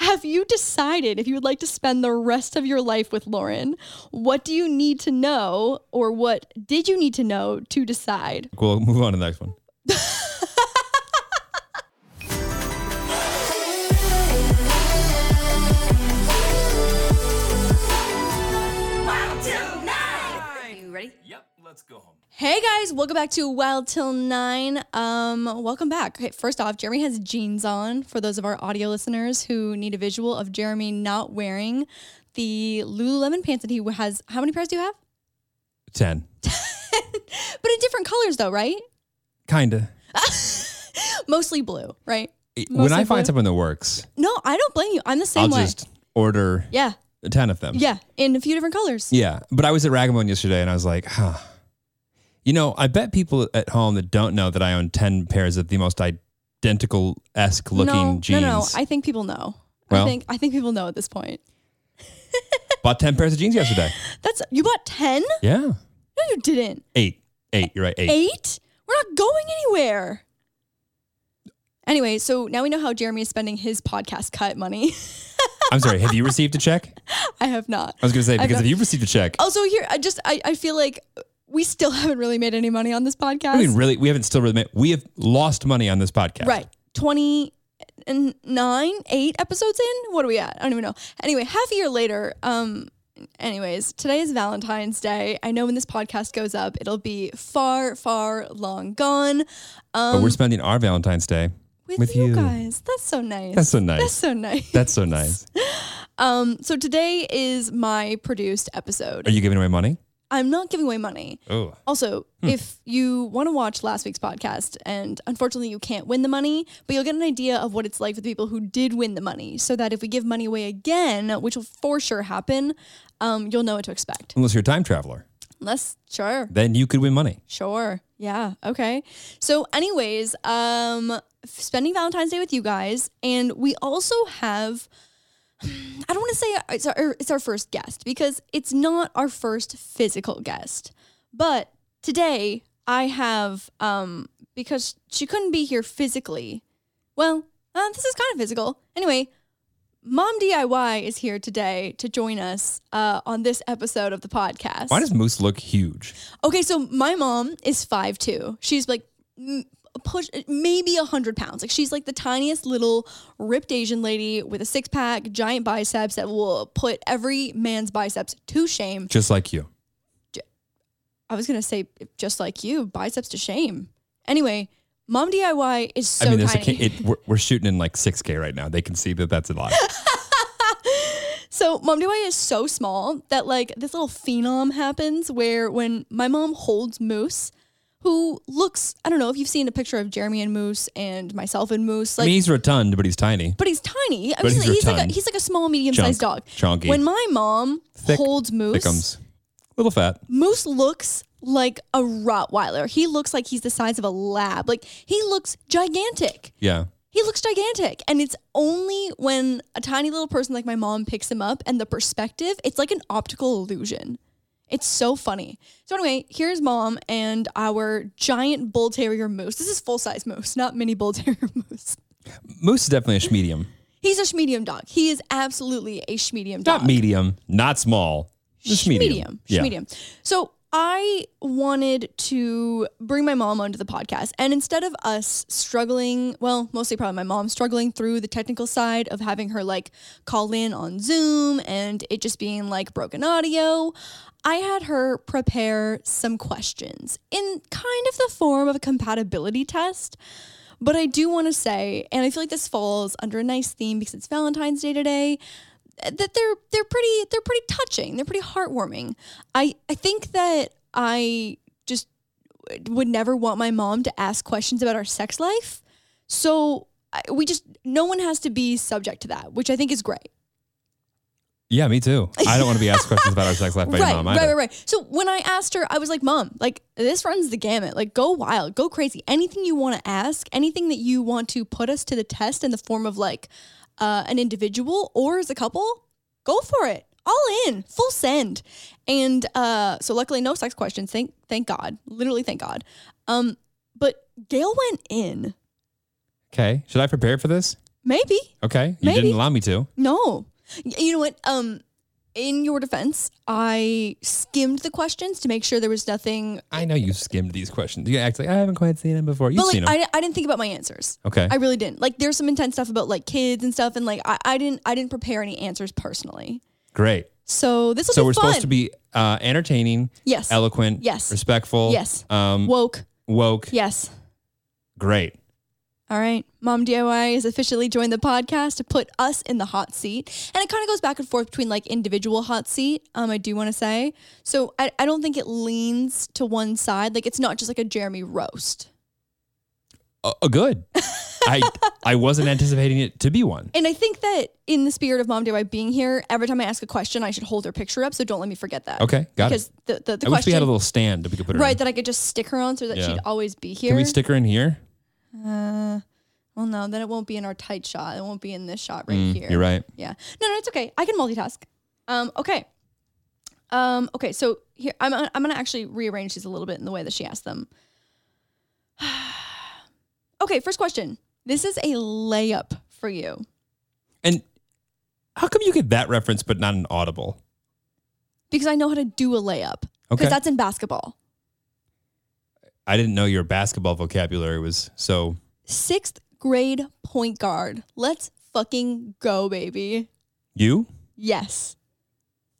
if you decided if you would like to spend the rest of your life with Lauren, what do you need to know or what did you need to know to decide? We'll move on to the next one. Hey guys, welcome back to Wild Till Nine. Um, welcome back. Okay, first off, Jeremy has jeans on for those of our audio listeners who need a visual of Jeremy not wearing the Lululemon pants that he has. How many pairs do you have? 10. But in different colors, though, right? Kinda. Mostly blue, right? when I Mostly blue. find something that works, No, I don't blame you. I'm the same I'll way. just order yeah, 10 of them. yeah, in a few different colors. Yeah. But I was at Ragamon yesterday and I was like, huh. You know, I bet people at home that don't know that I own 10 pairs of the most identical esque looking no, jeans. no, no. I think people know. I Well. think I think people know at this point. Bought 10 pairs of jeans yesterday. That's you bought ten? Yeah. No, you didn't. Eight. Eight. You're right. Eight. Eight? We're not going anywhere. Anyway, so now we know how Jeremy is spending his podcast cut money. I'm sorry. Have you received a check? I have not. I was going to say, I've Oh, because not- if you've received a check, Also, here, I just, I, I feel like we still haven't really made any money on this podcast. I mean, really, we haven't still really made, we have lost money on this podcast. Right. 29, eight episodes in? What are we at? I don't even know. Anyway, half a year later, um, anyways, today is Valentine's Day. I know when this podcast goes up, it'll be far, far long gone. Um, But we're spending our Valentine's Day. with, with you, you. guys. That's so nice. That's so nice. That's so nice. That's so nice. Um, so today is my produced episode. Are you giving away money? I'm not giving away money. Oh. Also, if you want to watch last week's podcast, and unfortunately you can't win the money, but you'll get an idea of what it's like for the people who did win the money, so that if we give money away again, which will for sure happen, um, you'll know what to expect. Unless you're a time traveler, Unless, sure. then you could win money. Sure. Yeah. Okay. So, anyways, um, f- spending Valentine's Day with you guys, and we also have. I don't want to say uh, it's our, er, it's our first guest because it's not our first physical guest, but today I have um because she couldn't be here physically. Well, uh, this is kind of physical. Anyway, Mom DIY is here today to join us uh, on this episode of the podcast. Why does Moose look huge? Okay, so my mom is five two. She's like m- push maybe a hundred pounds. Like she's like the tiniest little ripped Asian lady with a six pack, giant biceps that will put every man's biceps to shame. Just like you. I was gonna say just like you, biceps to shame. Anyway, mom DIY is so I mean, there's tiny. a ca- it, we're, we're shooting in like 6K right now. They can see that that's a lot. So Mom DIY is so small that like this little phenom happens where when my mom holds Moose, who looks I don't know if you've seen a picture of Jeremy and Moose and myself and Moose, I like mean, he's rotund, but he's tiny. but he's tiny. I But mean, he's, he's like a, rotund. he's like a small, medium sized Chunk- dog. chunky. When my mom Thick. holds Moose, Becomes a little fat. Moose looks like a Rottweiler. He looks like he's the size of a lab. Like he looks gigantic. Yeah. He looks gigantic. And it's only when a tiny little person like my mom picks him up and the perspective, it's like an optical illusion. It's so funny. So, anyway, here's mom and our giant bull terrier moose. This is full size moose, not mini bull terrier moose. Moose is definitely a schmedium. He's a schmedium dog. He is absolutely a schmedium dog. Not medium, not small. Just Schmedium. medium. Yeah. Schmedium. So I wanted to bring my mom onto the podcast. And instead of us struggling, well, mostly probably my mom struggling through the technical side of having her like call in on Zoom and it just being like broken audio, I had her prepare some questions in kind of the form of a compatibility test. But I do want to say, and I feel like this falls under a nice theme because it's Valentine's Day today, that they're they're pretty they're pretty touching. They're pretty heartwarming. I I think that I just would never want my mom to ask questions about our sex life. So I, we just no one has to be subject to that, which I think is great. Yeah, me too. I don't want to be asked questions about our sex life by right, your mom right, either. right, right. So when I asked her, I was like, "Mom, like this runs the gamut. Like go wild, go crazy. Anything you want to ask, anything that you want to put us to the test in the form of like uh, an individual or as a couple, go for it. All in, full send." And uh, so luckily, no sex questions. Thank, thank God. Literally, thank God. Um, but Gail went in. Okay. Should I prepare for this? Maybe. Okay. You Maybe. didn't allow me to. No. Y- You know what? Um, in your defense, I skimmed the questions to make sure there was nothing. I know you skimmed these questions. You act like I haven't quite seen them before. You've but seen like, them. I, I didn't think about my answers. okay. I really didn't. Like, there's some intense stuff about like kids and stuff, and like I, I didn't I didn't prepare any answers personally. Great. So this will So be we're fun. supposed to be uh, entertaining, yes, eloquent, Yes. respectful, Yes. um, woke. woke. Yes. Great. All right, Mom DIY has officially joined the podcast to put us in the hot seat. And it kind of goes back and forth between like individual hot seat, um, I do want to say. So I, I don't think it leans to one side. Like it's not just like a Jeremy roast. Uh, uh, good. I I wasn't anticipating it to be one. And I think that in the spirit of Mom DIY being here, every time I ask a question, I should hold her picture up. So don't let me forget that. Okay, got Because it. the, the, the I wish we question, had a little stand that we could put her right, in. that I could just stick her on so that Yeah. she'd always be here. Can we stick her in here? uh, well, no, then it won't be in our tight shot. It won't be in this shot right Mm, here. You're right. Yeah. No, no, it's okay. I can multitask. Um, okay. Um, okay. So here, I'm, I'm going to actually rearrange these a little bit in the way that she asked them. okay. First question. This is a layup for you. And how come you get that reference but not an audible? Because I know how to do a layup. Because Okay. that's in basketball. I didn't know your basketball vocabulary was so. Sixth grade point guard. Let's fucking go, baby. You? Yes.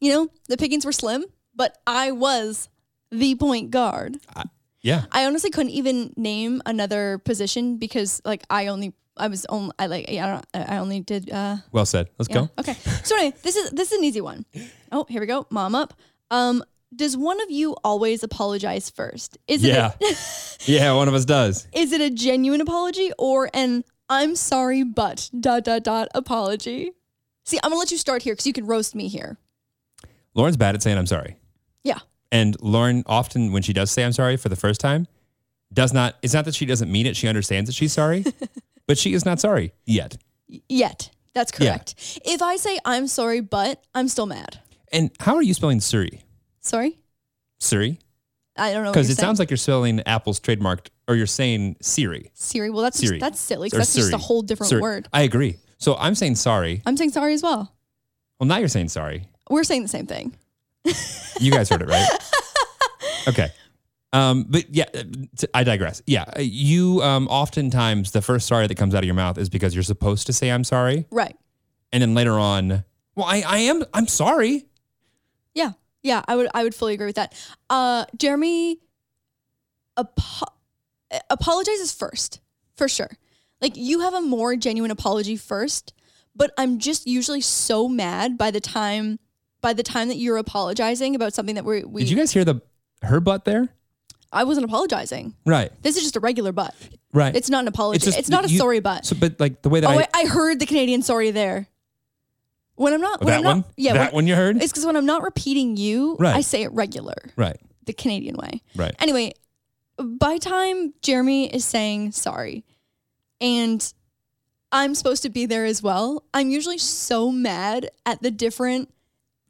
You know, the pickings were slim, but I was the point guard. Yeah. I honestly couldn't even name another position because like I only I was only I like I don't I only did uh Well said. Let's yeah. go. okay so anyway this is this is an easy one. Oh here we go mom up um does one of you always apologize first is it Yeah. a, Yeah, one of us does. is it a genuine apology or an I'm sorry but dot dot dot apology see I'm gonna let you start here because you can roast me here Lauren's bad at saying I'm sorry. yeah And Lauren often when she does say I'm sorry for the first time, does not it's not that she doesn't mean it, she understands that she's sorry, but she is not sorry yet. Y- yet that's Yeah. correct if I say I'm sorry but I'm still mad And how are you spelling Surrey? sorry Surrey? I don't know what Because Oh, you're it saying. sounds like you're spelling Apple's trademarked or you're saying Siri. Siri. Well, that's Siri. Just, that's silly. 'cause Or That's just a Siri. whole different Siri. word. I agree. So I'm saying sorry. I'm saying sorry as well. Well, now you're saying sorry. We're saying the same thing. You guys heard it, right? okay. Um, but yeah, uh, t- I digress. Yeah, uh, you um, oftentimes the first sorry that comes out of your mouth is because you're supposed to say I'm sorry, Right. and then later on, well, I, I am I'm sorry. Yeah. Yeah. I would. I would fully agree with that. Uh, Jeremy apo- apologizes first for sure. Like you have a more genuine apology first, but I'm just usually so mad by the time by the time that you're apologizing about something that we we Did you guys hear the her butt there? I wasn't apologizing. Right, This is just a regular but. right. It's not an apology. It's, just not a that you- sorry but. so, but like the way that Oh, I I, I heard the Canadian sorry there. When I'm not when that I'm not, one, yeah, that when- one you heard, it's because when I'm not repeating you, Right. I say it regular, right, the Canadian way. right. Anyway, by time Jeremy is saying sorry, and I'm supposed to be there as well, I'm usually so mad at the different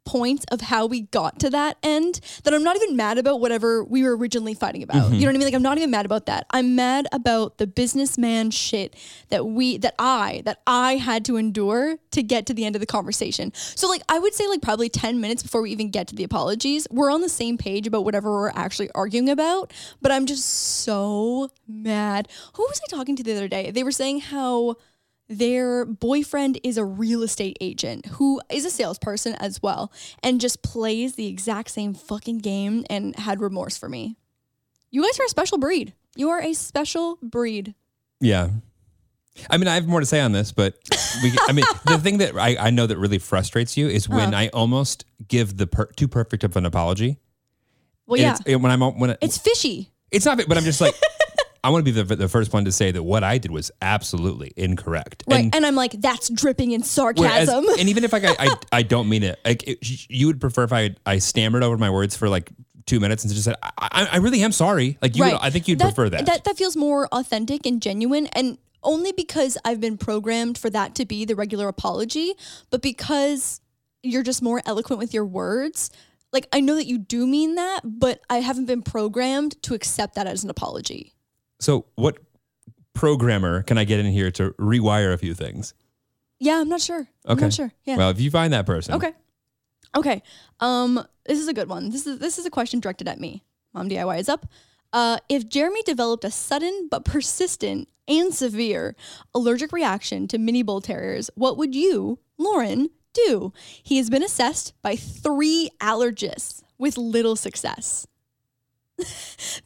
points of how we got to that end that I'm not even mad about whatever we were originally fighting about. You know what I mean? Like I'm not even mad about that. I'm mad about the businessman shit that we that I that I had to endure to get to the end of the conversation. So like I would say like probably 10 minutes before we even get to the apologies, we're on the same page about whatever we're actually arguing about, but I'm just so mad. Who was I talking to the other day? They were saying how their boyfriend is a real estate agent who is a salesperson as well and just plays the exact same fucking game and had remorse for me. You guys are a special breed. You are a special breed. Yeah. I mean, I have more to say on this, but we, I mean, the thing that I, I know that really frustrates you is when I almost give the per, too perfect of an apology. Well, And yeah, it's, and when I'm when it's, it's fishy. it's not, but I'm just like, I want to be the, the first one to say that what I did was absolutely incorrect. Right. And, And, I'm like, that's dripping in whereas- sarcasm. and even if like, I, I, I don't mean it, like it, you would prefer if I, I stammered over my words for like two minutes and just said, I, I, I really am sorry. Like you, would, I think you'd prefer that. That that feels more authentic and genuine and only because I've been programmed for that to be the regular apology, but because you're just more eloquent with your words. Like I know that you do mean that, but I haven't been programmed to accept that as an apology. So, what programmer can I get in here to rewire a few things? Yeah, I'm not sure. I'm Okay. not sure. Yeah. Well, if you find that person, Okay. Okay. Um, this is a good one. This is this is a question directed at me. Mom DIY is up. Uh, if Jeremy developed a sudden but persistent and severe allergic reaction to mini bull terriers, what would you, Lauren, do? He has been assessed by three allergists with little success.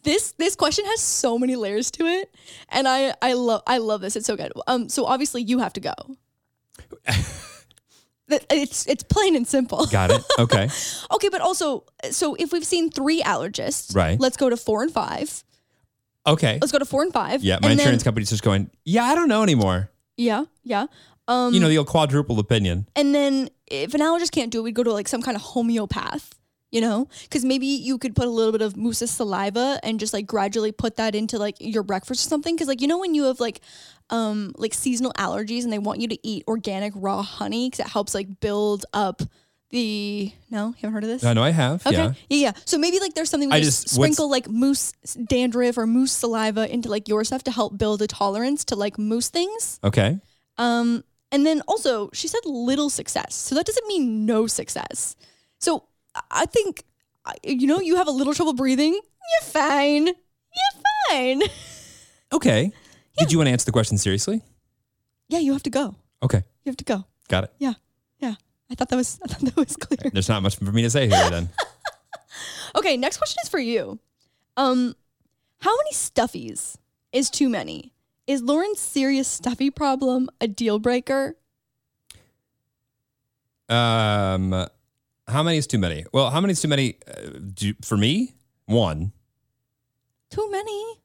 this this question has so many layers to it, and I I love I love this. It's so good. Um, so obviously you have to go. That- It's it's plain and simple. got it. Okay, Okay, but also, so if we've seen three allergists, Right. Let's go to four and five. okay. Let's go to four and five. Yeah, my Oh, and insurance Then, company's just going. Yeah, I don't know anymore. yeah, yeah. Um, you know the old quadruple opinion. and then if an allergist can't do it, we'd go to like some kind of homeopath. You know, because maybe you could put a little bit of moose's saliva and just like gradually put that into like your breakfast or something. Because like you know when you have like, um, like seasonal allergies and they want you to eat organic raw honey because it helps like build up the. No, you haven't heard of this? I know I have. Okay. Yeah. Yeah. yeah, So maybe like there's something we I just, just- what's- sprinkle like moose dandruff or moose saliva into like your stuff to help build a tolerance to like moose things. Okay. Um, and then also she said little success, so that doesn't mean no success. So I- I think I- you know you have a little trouble breathing. You're fine. You're fine. Okay. Did you want to answer the question seriously? Yeah, you have to go. Okay. You have to go. Got it. Yeah. I thought that was I thought that was clear. There's not much for me to say here then. Okay, next question is for you. Um, how many stuffies is too many? Is Lauren's serious stuffy problem a deal breaker? Um, how many is too many? Well, how many is too many uh, do, for me? One. Too many.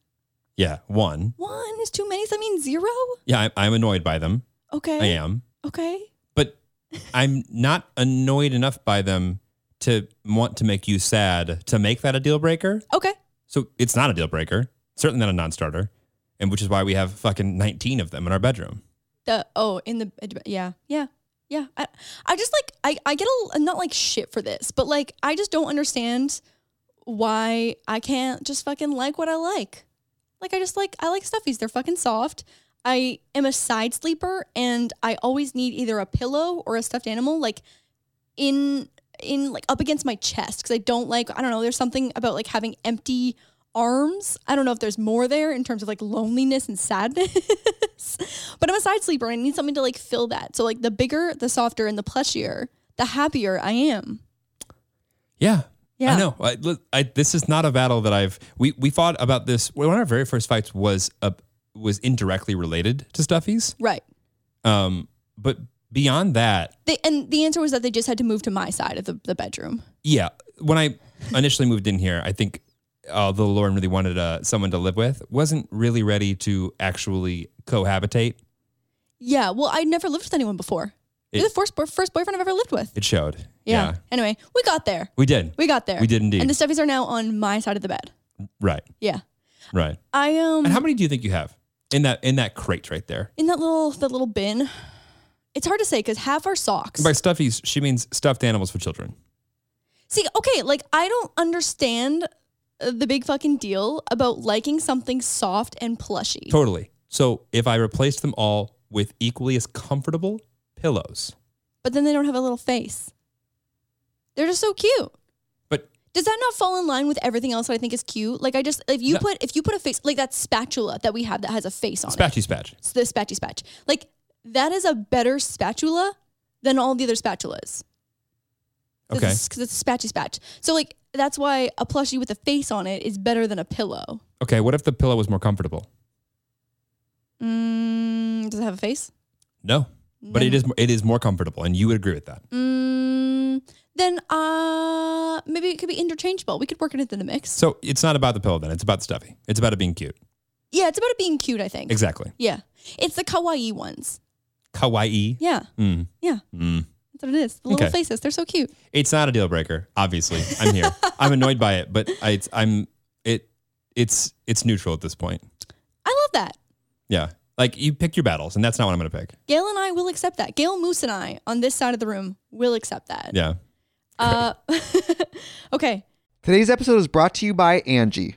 Yeah, one. One is too many. Does that mean zero? Yeah, I, I'm annoyed by them. I Okay. am, Okay. but I'm not annoyed enough by them to want to make you sad to make that a deal breaker. Okay. So it's not a deal breaker. Certainly not a non-starter, and which is why we have fucking 19 of them in our bedroom. The oh in the yeah yeah yeah. I, I just like I I get a I'm not like shit for this, but like I just don't understand why I can't just fucking like what I like. Like I just like I like stuffies. They're fucking soft. I am a side sleeper and I always need either a pillow or a stuffed animal like in in like up against my chest cuz I don't like I don't know there's something about like having empty arms. I don't know if there's more there in terms of like loneliness and sadness. but I'm a side sleeper and I need something to like fill that. So like the bigger, the softer and the plushier, the happier I am. Yeah. Yeah. I know. I, look, I, this is not a battle that I've. We we fought about this. One of our very first fights was a, was indirectly related to stuffies. Right. Um, but beyond that, They, and the answer was that they just had to move to my side of the, the bedroom. yeah. When I initially moved in here, I think although Lauren really wanted uh, someone to live with, wasn't really ready to actually cohabitate. Yeah. Well, I'd never lived with anyone before. You're It- the first, boy- first boyfriend I've ever lived with. It showed. Yeah. Anyway, we got there. we did. We got there. We did indeed. And the stuffies are now on my side of the bed. right, Yeah. right. I um And how many do you think you have in that in that crate right there? in that little that little bin. It's hard to say because half our socks. And by stuffies, she means stuffed animals for children. See, okay, like I don't understand uh, the big fucking deal about liking something soft and plushy. Totally. So if I replaced them all with equally as comfortable pillows, but then they don't have a little face. They're just so cute. but Does that not fall in line with everything else that I think is cute? Like I just if you No. put if you put a face like that spatula that we have that has a face on it. spatchy spatch. It's the spatchy spatch. Like that is a better spatula than all the other spatulas. Okay. Because it's a spatchy spatch. So like that's why a plushie with a face on it is better than a pillow. Okay. What if the pillow was more comfortable? Mm, does it have a face? No, but it No. is it is more comfortable, and you would agree with that. Mm, then uh maybe it could be interchangeable. We could work it into the mix. So it's not about the pillow then. It's about stuffy. It's about it being cute. Yeah, it's about it being cute, I think. Exactly. Yeah. It's the kawaii ones. Kawaii. Yeah. Mm. Yeah. Mm. That's what it is. The little Okay. faces. They're so cute. It's not a deal breaker. Obviously, I'm here. I'm annoyed by it, but I, it's, I'm it. It's it's neutral at this point. I love that. Yeah. Like you pick your battles, and that's not what I'm going to pick. Gail and I will accept that. Gail Moose and I on this side of the room will accept that. Yeah. Uh, okay. Today's episode is brought to you by Angie.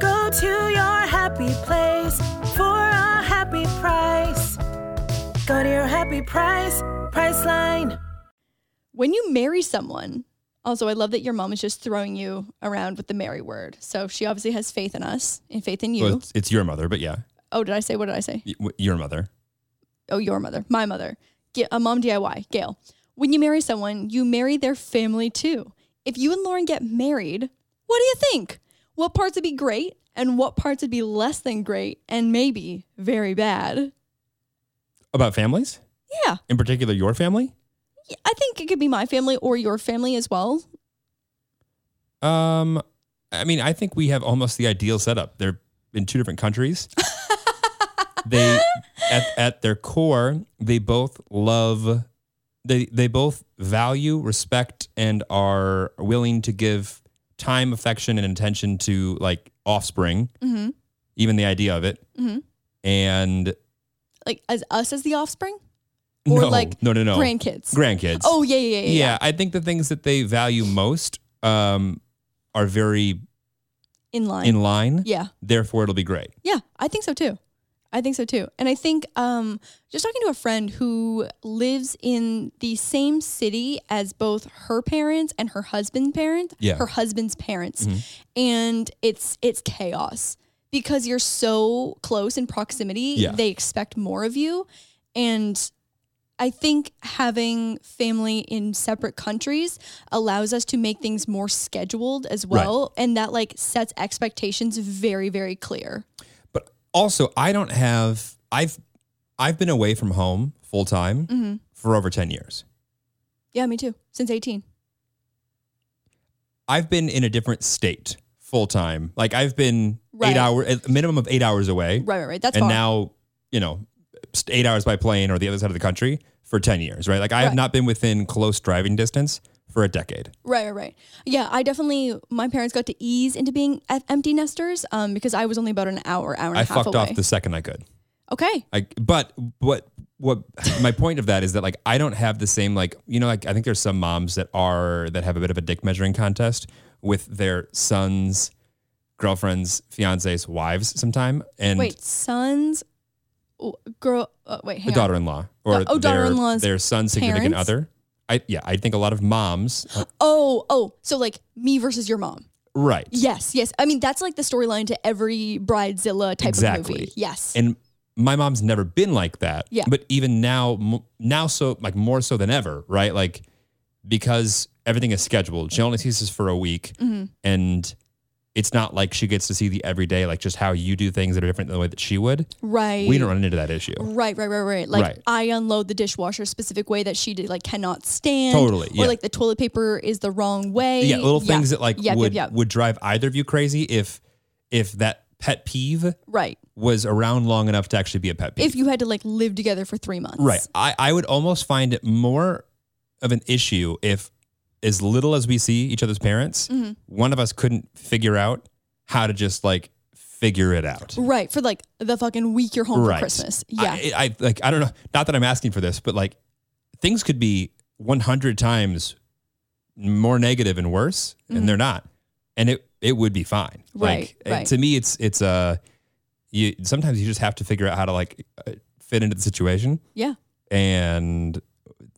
Go to your happy place for a happy price. Go to your happy price, Priceline. When you marry someone, also, I love that your mom is just throwing you around with the marry word. So she obviously has faith in us and faith in you. Well, it's, it's your mother, but yeah, oh, did I say? What did I say? y- w- your mother. oh, your mother, my mother, Ga- a mom DIY, Gail. When you marry someone, you marry their family too. If you and Lauren get married, what do you think? What parts would be great and what parts would be less than great and maybe very bad? About families, Yeah, in particular, your family. y- I think it could be my family or your family as well. Um, I mean, I think we have almost the ideal setup. They're in two different countries. they, at, at their core, they both love, they they both value, respect, and are willing to give time, affection, and attention to like offspring. hmm Even the idea of it, Mhm. and Like as us as the offspring or no, like no, no, no, grandkids. grandkids. oh yeah, yeah, yeah, yeah. yeah, I think the things that they value most um, are very In line. in line. yeah. Therefore, it'll be great. Yeah, I think so too. I think so too. And I think um, just talking to a friend who lives in the same city as both her parents and her husband's parents, Yeah. her husband's parents, Mhm. and it's it's chaos because you're so close in proximity. Yeah. They expect more of you, and I think having family in separate countries allows us to make things more scheduled as Right. well, and that like sets expectations very very clear. But also, I don't have. I've I've been away from home full time Mm-hmm. for over ten years. Yeah, me too. Since 18. I've been in a different state full time. Like I've been Right. eight hour a minimum of eight hours away, Right, right, right. That's and far. now you know st- eight hours by plane or the other side of the country for ten years. Right? Like I have Right. not been within close driving distance for a decade. right, right, right. Yeah, I definitely, my parents got to ease into being e- empty nesters um, because I was only about an hour, hour and a I half fucked away. off the second I could. okay. I but what what my point of that is that like I don't have the same like you know like I think there's some moms that are that have a bit of a dick measuring contest with their sons, girlfriends, fiancés, wives sometime and Wait, sons, oh, girl, uh, wait, the hang on. daughter-in-law or Oh, their, daughter-in-law's their son's significant parents? other. I yeah, I think a lot of moms Oh, oh, so like me versus your mom. right. Yes, yes. I mean, that's like the storyline to every Bridezilla type Exactly. of movie. Yes. And my mom's never been like that. Yeah. But even now, m- now so like more so than ever, right? Like Mm-hmm. because everything is scheduled. She only sees us for a week, and it's not like she gets to see the everyday, like just how you do things that are different than the way that she would. Right. We don't run into that issue. Right, right, right, right. Like Right. I unload the dishwasher a specific way that she did, like cannot stand. Totally, Or yeah. like the toilet paper is the wrong way. Yeah, little things Yeah. that like Yep, would yep, yep. would drive either of you crazy if if that pet peeve right. was around long enough to actually be a pet peeve. If you had to like live together for three months. Right. I, I would almost find it more of an issue if, as little as we see each other's parents, Mm-hmm. one of us couldn't figure out how to just like figure it out. Right. For like the fucking week you're home Right. for Christmas. Yeah. I, I like, I don't know, not that I'm asking for this, but like things could be 100 times more negative and worse, and they're not. And it, it would be fine. Mm-hmm. Right, Like, it- right. to me, it's, it's, uh, you sometimes you just have to figure out how to like uh, fit into the situation yeah. and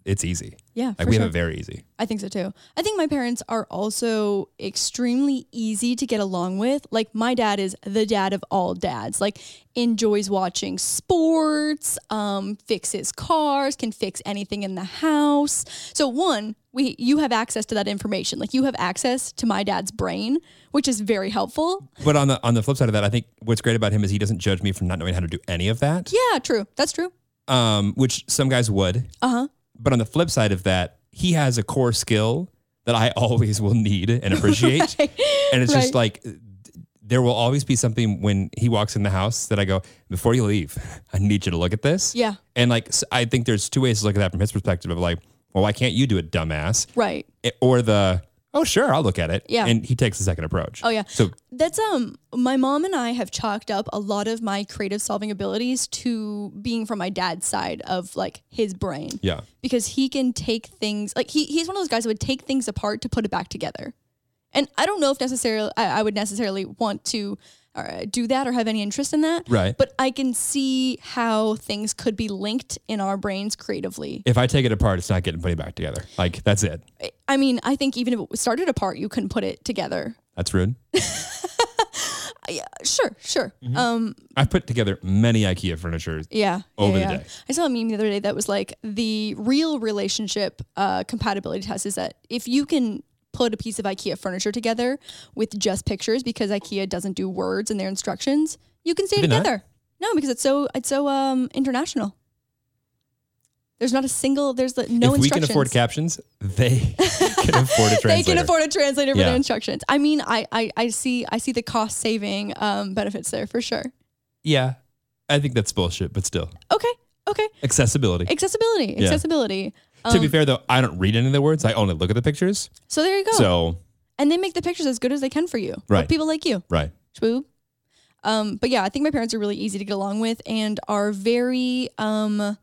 it's easy. Yeah. Like for we sure. have it very easy. I think so too. I think my parents are also extremely easy to get along with. Like my dad is the dad of all dads. Like enjoys watching sports, um, fixes cars, can fix anything in the house. So one, we you have access to that information. Like you have access to my dad's brain, which is very helpful. But on the on the flip side of that, I think what's great about him is he doesn't judge me for not knowing how to do any of that. Yeah, true. That's true. Um, which some guys would. Uh-huh. But on the flip side of that, he has a core skill that I always will need and appreciate. And it's just Right. like there will always be something when he walks in the house that I go, before you leave, I need you to look at this. Yeah. And like s- I think there's two ways to look at that from his perspective of like, well, why can't you do it, dumbass? Right. It- or the oh sure, I'll look at it. Yeah. And he takes the second approach. Oh, yeah. So That's um my mom and I have chalked up a lot of my creative solving abilities to being from my dad's side of like his brain. yeah. Because he can take things like he he's one of those guys that would take things apart to put it back together. And I don't know if necessarily I, I would necessarily want to uh, do that or have any interest in that. Right. But I can see how things could be linked in our brains creatively. if I take it apart, it's not getting put back together. Like that's it. I mean, I think even if it started apart, you couldn't put it together. Uh, That's rude. Sure, sure. Um, I put together many IKEA furniture. Yeah. over yeah, the yeah. day. I saw a meme the other day that was like the real relationship uh, compatibility test is that if you can put a piece of IKEA furniture together with just pictures because IKEA doesn't do words in their instructions, you can stay Did they not? together. No, because it's so it's so um international. There's not a single there's the, no if we can instructions. afford captions, they can afford a translator. they can afford a translator for Yeah. their instructions. I mean, I, I I see I see the cost saving um, benefits there for sure. Yeah, I think that's bullshit, but still Okay, okay. accessibility. Accessibility, Yeah. accessibility. to be Um, fair, though, I don't read any of the words. I only look at the pictures. So there you go. So and they make the pictures as good as they can for you. of Right. people like you. right, Schwoob. Um, but yeah, I think my parents are really easy to get along with and are very um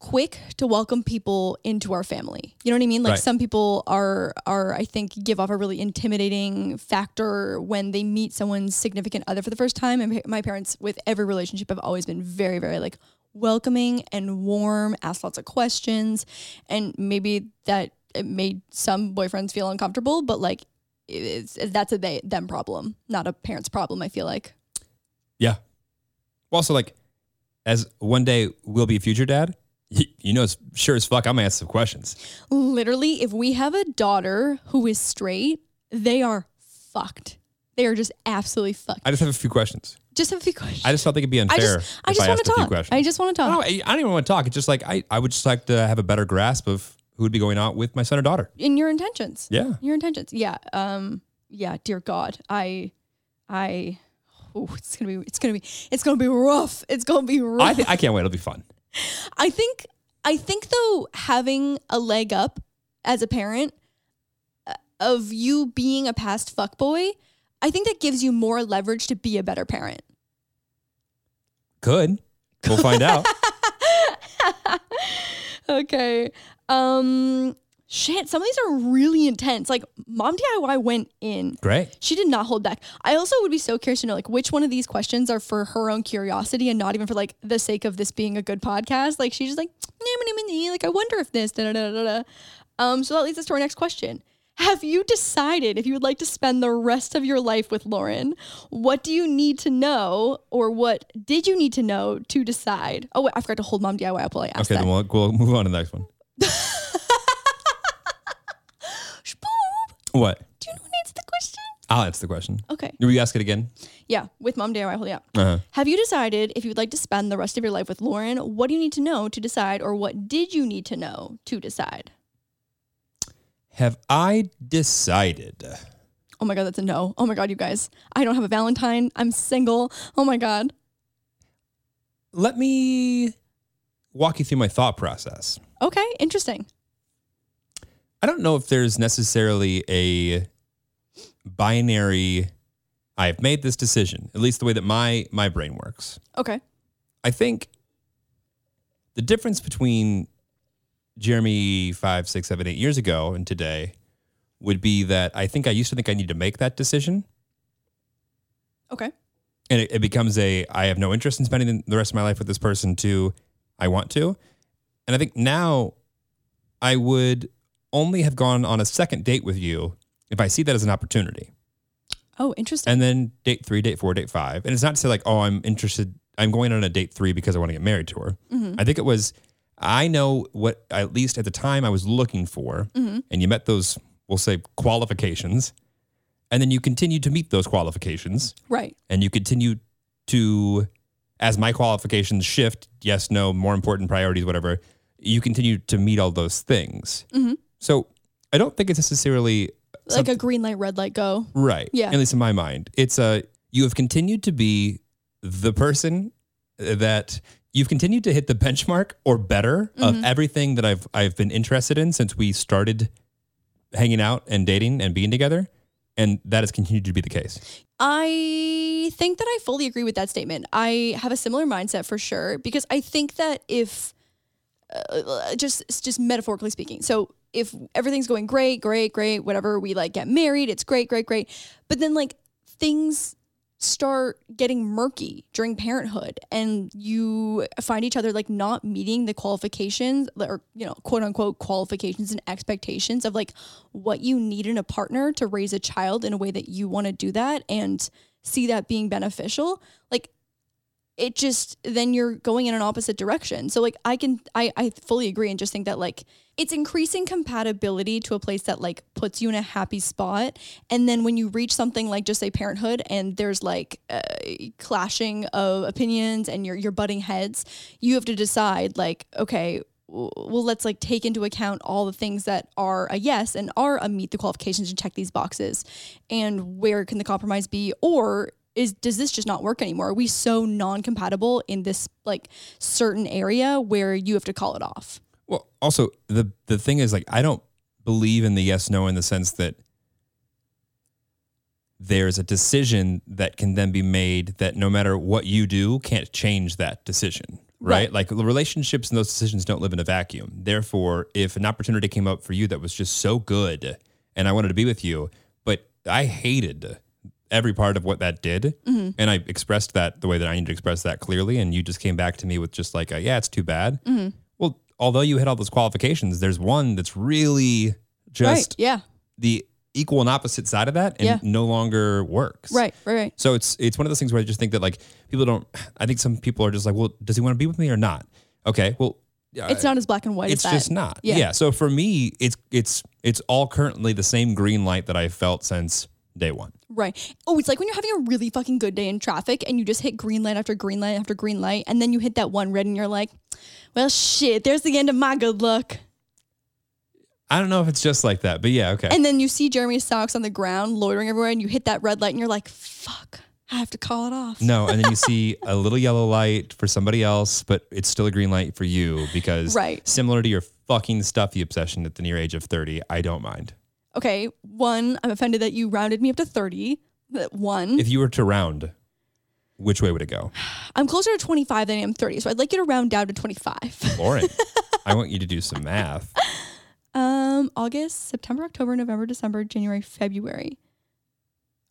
quick to welcome people into our family. You know what I mean? Like Right. some people are are I think give off a really intimidating factor when they meet someone's significant other for the first time and my parents with every relationship have always been very very like welcoming and warm, ask lots of questions and maybe that it made some boyfriends feel uncomfortable, but like it's, that's a they them problem, not a parent's problem. I feel like. yeah. Well, Also, like, as one day we'll be future dad. You, you know, it's sure as fuck, I'm gonna ask some questions. Literally, if we have a daughter who is straight, they are fucked. They are just absolutely fucked. I just have a few questions. just have a few questions. I just don't think it'd be I unfair. just, I if just want asked to a few talk. questions. I just want to I talk. don't, I I don't even want to talk. It's just like I, I would just like to have a better grasp of who would be going out with my son or daughter. In your intentions. Yeah. Your intentions. Yeah. Um. Yeah. Dear God, I, I. Oh, it's gonna be. It's gonna be. It's gonna be rough. It's gonna be rough. I, th- I can't wait. It'll be fun. I think I think though having a leg up as a parent uh, of you being a past fuckboy, I think that gives you more leverage to be a better parent. Good. We'll find out. Okay. Um shit, some of these are really intense. Like mom DIY went in. Great. She did not hold back. I also would be so curious to know like which one of these questions are for her own curiosity and not even for like the sake of this being a good podcast. Like she's just like, "Nah, nah, nah, nah, nah, like I wonder if this da da da da da. Um, so that leads us to our next question. Have you decided if you would like to spend the rest of your life with Lauren? What do you need to know, or what did you need to know to decide? Oh wait, I forgot to hold mom DIY up while I asked Okay, that. then we'll, we'll move on to the next one. Shpoop, What? do you know who needs the question? I'll answer the question. Okay. Will you ask it again? Yeah, with mom DIY hold yeah. Uh-huh. Have you decided if you would like to spend the rest of your life with Lauren? What do you need to know to decide or what did you need to know to decide? Have I decided? Oh my god, that's a no. Oh my god, you guys. I don't have a Valentine. I'm single. Oh my god. Let me walk you through my thought process. Okay, interesting. I don't know if there's necessarily a binary I've made this decision, at least the way that my my brain works. Okay. I think the difference between Jeremy five, six, seven, eight years ago and today would be that I think I used to think I need to make that decision. Okay. and it, it becomes a I have no interest in spending the rest of my life with this person to I want to. And I think now I would only have gone on a second date with you if I see that as an opportunity. Oh, interesting. And then date three, date four, date five. And it's not to say like, oh, I'm interested, I'm going on a date three because I want to get married to her. I think it was I know what at least at the time I was looking for, and you met those, we'll say qualifications. And then you continued to meet those qualifications right. and you continue to as my qualifications shift yes no more important priorities whatever you continue to meet all those things Mhm. so i don't think it's necessarily Like a green light, red light, go. right Yeah. at least in my mind it's a you have continued to be the person that you've continued to hit the benchmark or better of everything that i've i've been interested in since we started hanging out and dating and being together and that has continued to be the case I think that I fully agree with that statement. I have a similar mindset for sure because I think that if uh, just it's just metaphorically speaking. So if everything's going great, great, great, whatever, we like get married, it's great, great, great. But then like things start getting murky during parenthood and you find each other like not meeting the qualifications or you know quote unquote qualifications and expectations of like what you need in a partner to raise a child in a way that you want to do that and see that being beneficial like it just then you're going in an opposite direction so like i can i i fully agree and just think that like it's increasing compatibility to a place that like puts you in a happy spot and then when you reach something like just say parenthood and there's like uh, clashing of opinions and you're you're butting heads you have to decide like okay w- well let's like take into account all the things that are a yes and are a meet the qualifications and check these boxes and where can the compromise be or is does this just not work anymore are we so non-compatible in this like certain area where you have to call it off Well, also the the thing is like I don't believe in the yes no in the sense that there's a decision that can then be made that no matter what you do can't change that decision, right? Right. Like the relationships and those decisions don't live in a vacuum. Therefore, if an opportunity came up for you that was just so good and I wanted to be with you, but I hated every part of what that did and I expressed that the way that I need to express that clearly and you just came back to me with just like a, yeah, it's too bad. Well, although you hit all those qualifications, there's one that's really just right yeah the equal and opposite side of that and Yeah. no longer works. right right right So it's it's one of those things where I just think that like people don't I think some people are just like, well, does he want to be with me or not? Okay. Well, it's not as black and white it's as that just not. Yeah. Yeah. So for me, it's it's it's all currently the same green light that I felt since day one. Right. Oh, it's like when you're having a really fucking good day in traffic and you just hit green light after green light after green light, and then you hit that one red and you're like, well, shit, there's the end of my good luck. I don't know if it's just like that, but yeah, okay. And then you see Jeremy's socks on the ground loitering everywhere and you hit that red light and you're like, fuck, I have to call it off. No, and then you see a little yellow light for somebody else, but it's still a green light for you because Right. similar to your fucking stuffy obsession at the near age of 30, I don't mind. Okay. One, I'm offended that you rounded me up to 30. That One, If you were to round, which way would it go? I'm closer to 25 than I am 30. So I'd like you to round down to 25. Lauren, I want you to do some math. Um, August, September, October, November, December, January, February.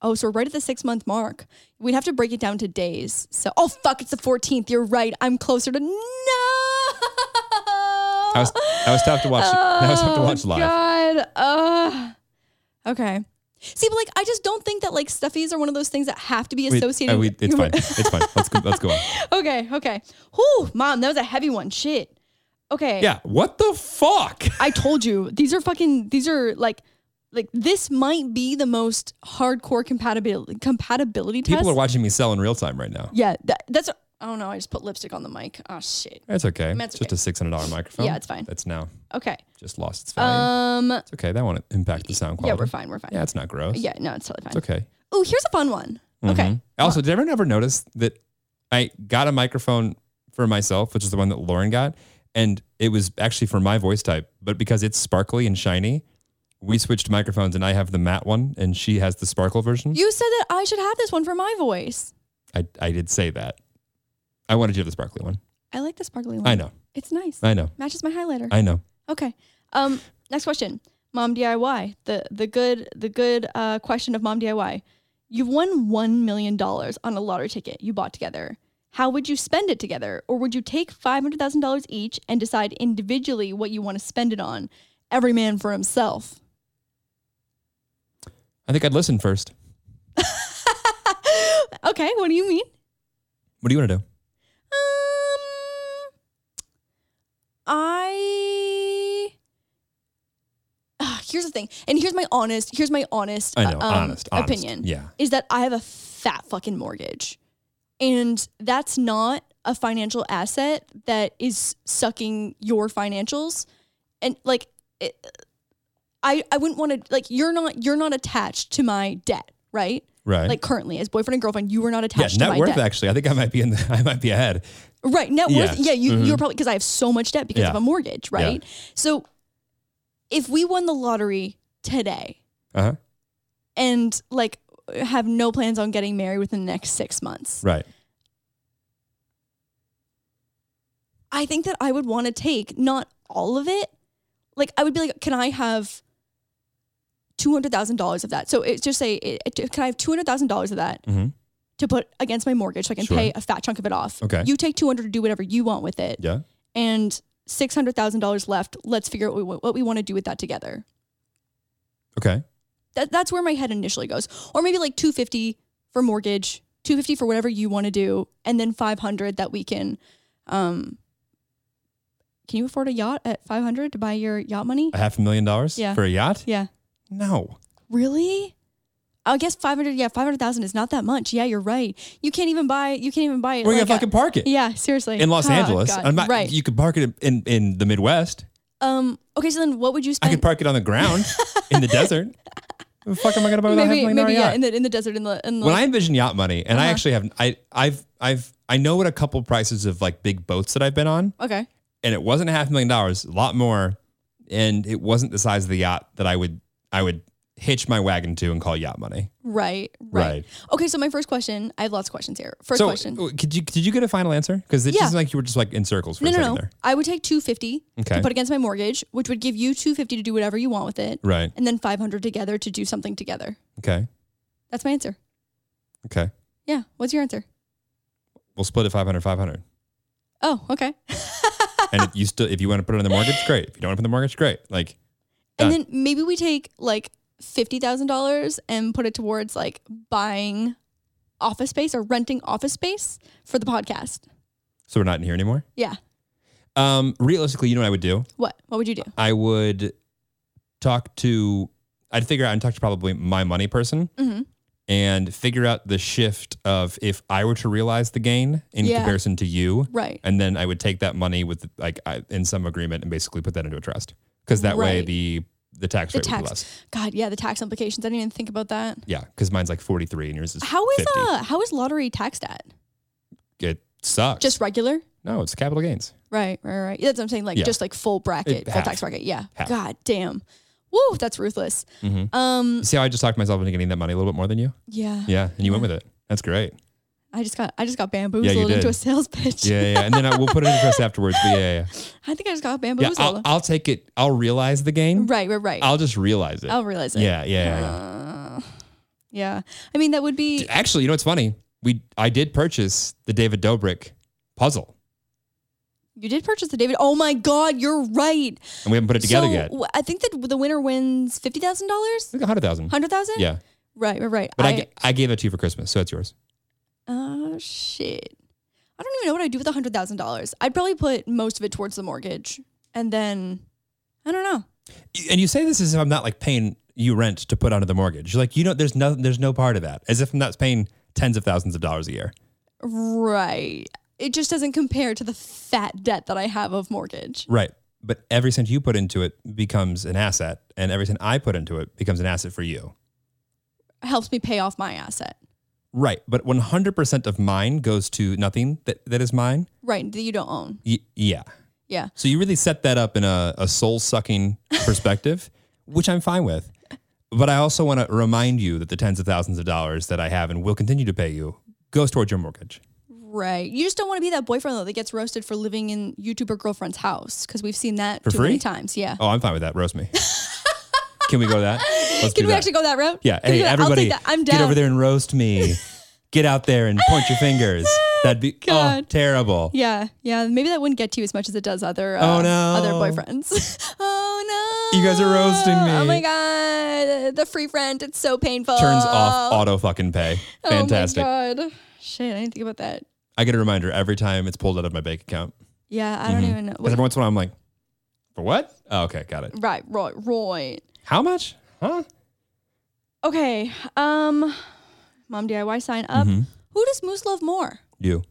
Oh, so we're right at the six month mark. We'd have to break it down to days. So, oh fuck, it's the fourteenth. You're right. I'm closer to no. That was, that was tough to watch. that was tough to watch live. Oh, God. Ugh. okay. See, but like, I just don't think that like stuffies are one of those things that have to be Wait, associated. uh, we- with- it's fine. It's fine. Let's go. Let's go on. okay. Okay. Whew, mom, that was a heavy one. Shit. Okay. Yeah. What the fuck? I told you these are fucking these are like like this might be the most hardcore compatibility compatibility test. People are watching me sell in real time right now. yeah, that, that's. I don't know. I just put lipstick on the mic. Oh shit. That's okay. That's It's just okay. a six hundred dollar microphone. Yeah, it's fine. That's now Okay. just lost its value. Um. it's okay. That won't impact the sound Yeah, quality. we're fine. We're fine. Yeah, it's not gross. Yeah, no, it's totally fine. it's okay. Oh, here's a fun one. Okay. Mhm. Also, did everyone ever notice that I got a microphone for myself, which is the one that Lauren got, and it was actually for my voice type, but because it's sparkly and shiny, we switched microphones, and I have the matte one, and she has the sparkle version. You said that I should have this one for my voice. I I did say that. I wanted you to have the sparkly one. I like the sparkly one. I know. It's nice. I know. Matches my highlighter. I know. okay. Um, next question. Mom DIY. The the good the good uh, question of Mom DIY. You've won one million dollars on a lottery ticket you bought together. How would you spend it together? Or would you take five hundred thousand dollars each and decide individually what you want to spend it on? Every man for himself. I think I'd listen first. okay, what do you mean? What do you want to do? Um, I. Ah, here's the thing, and here's my honest. Here's my honest. I know. um, honest, honest. opinion. Yeah. is that I have a fat fucking mortgage, and that's not a financial asset that is sucking your financials, and like. It, I, I wouldn't want to like you're not you're not attached to my debt right Right. like currently as boyfriend and girlfriend you were not yeah. attached to Net my worth. debt. Actually, I think I might be in. The, I might be ahead. Right. Net worth. Yeah. Yeah. You, Mhm. You're probably because I have so much debt because Yeah. of a mortgage, Yeah. right? So if we won the lottery today Uh huh. and like have no plans on getting married within the next six months, Right. I think that I would want to take not all of it. Like I would be like, can I have two hundred thousand dollars of that? So it's just say, it, it- can I have two hundred thousand dollars of that Mhm. to put against my mortgage so I can Sure. pay a fat chunk of it off? Okay. You take two hundred to do whatever you want with it. Yeah. and six hundred thousand dollars left. Let's figure out what we, what we want to do with that together. Okay. That, that's where my head initially goes, or maybe like two fifty for mortgage, two fifty for whatever you want to do, and then five hundred that we can. Um, can you afford a yacht at five hundred to buy your yacht money? A half a million dollars Yeah. for a yacht? Yeah, No. really. I guess five hundred. Yeah, five hundred thousand is not that much. Yeah, you're right. You can't even buy. You can't even buy. We're like gonna a- fucking park it Yeah, seriously. in Los Oh, Angeles. God. I'm not. right. You could park it in in the Midwest. um. Okay. So then, what would you I spend? could park it on the ground in the desert. What the fuck am E I gonna buy with a half maybe, million dollar maybe yeah. yacht? In the in the desert in the in the when I envision yacht money, and I Uh-huh. actually have, I I've I've I know what a couple prices of like big boats that I've been on, Okay. and it wasn't a half million dollars, a lot more, and it wasn't the size of the yacht that I would I would hitch my wagon to and call yacht money. Right, right. Right. Okay, so my first question, I have lots of questions here. First so question. w- could you did you get a final answer? Because it Yeah. just like you were just like in circles for No, a no, second no. there. I would take 250 Okay. to put against my mortgage, which would give you 250 to do whatever you want with it, Right. and then 500 together to do something together. Okay. That's my answer. Okay. Yeah, what's your answer? We'll split it 500 500. Oh, okay. and if you still if you want to put it on the mortgage, great. If you don't want to put it on the mortgage, great. Like Done. And then maybe we take like $50,000 and put it towards like buying office space or renting office space for the podcast. so we're not in here anymore. Yeah. Um realistically, you know what I would do? What what would you do? I would talk to I'd figure out and talk to probably my money person Mhm. and figure out the shift of if I were to realize the gain in Yeah. comparison to you. Right. And then I would take that money with like I, in some agreement and basically put that into a trust because that way Right. the the tax The rate would be tax. less. God, yeah, the tax implications. I didn't even think about that. Yeah, because mine's like forty three and yours is How is 50. uh how is lottery taxed at? It sucks. Just regular? no, it's capital gains. Right, right, right. That's what I'm saying. Like Yeah. just like full bracket, It- full half. tax bracket. Yeah. Half. God damn. Woo, that's ruthless. Mhm. Um, See how I just talked myself into getting that money a little bit more than you? yeah. Yeah, and you went with it. That's great. I just got I just got bamboozled did. into a sales pitch. Yeah, yeah, yeah. and then I, we'll put it in the trust afterwards. But yeah, yeah, yeah. I think I just got yeah bamboozled. I'll, I'll take it. I'll realize the gain. right, right, right. I'll, I'll just realize it. realize it. yeah, yeah, yeah, yeah. Uh, yeah. I mean that would be Actually, you know what's funny? We I did purchase the David Dobrik puzzle, you did purchase the David. Oh my god, you're right. and we haven't put it together so, yet. It's wh- I think that the winner wins fifty thousand dollars? like a hundred thousand. Hundred thousand? Yeah, Right, right, right. but I, ga- I gave it to you for Christmas, so it's yours. Oh shit. I don't even know what I'd do with hundred thousand dollars. I'd probably put most of it towards the mortgage. And then I don't know. You- And you say this as if I'm not like paying you rent to put onto the mortgage. You're like, you know, there's nothing, there's no part of that. As if I'm not paying tens of thousands of dollars a year. Right. It just doesn't compare to the fat debt that I have of mortgage. Right. But every cent you put into it becomes an asset, and every cent I put into it becomes an asset for you. It helps me pay off my asset. Right. But 100% of mine goes to nothing that, that is mine. Right. That you don't own. Y- yeah. Yeah. So you really set that up in a, a soul sucking perspective, which I'm fine with. But I also want to remind you that the tens of thousands of dollars that I have and will continue to pay you goes towards your mortgage. Right. You just don't want to be that boyfriend though that gets roasted for living in YouTuber girlfriend's house because we've seen that For too many free? times. Yeah. Oh, I'm fine with that. Roast me. Can we go to that? Let's Can do we that. actually go that route? Yeah. Can we Hey, do that? I'll everybody, take that. I'm down. get over there and roast me. get out there and point your fingers. That'd be oh, God. terrible. Yeah, yeah. Maybe that wouldn't get to you as much as it does other uh, Oh, no. other boyfriends. oh no! You guys are roasting me. Oh my god, the free friend. It's so painful. Turns off auto fucking pay. Fantastic. Oh my god. Shit, I didn't think about that. I get a reminder every time it's pulled out of my bank account. Yeah, I don't Mm-hmm. even know. Because every once in a while I'm like, for what? Oh, okay, got it. right, right, right. How much? Huh? Okay. Um, mom DIY sign up. Mm-hmm. Who does Moose love more? You.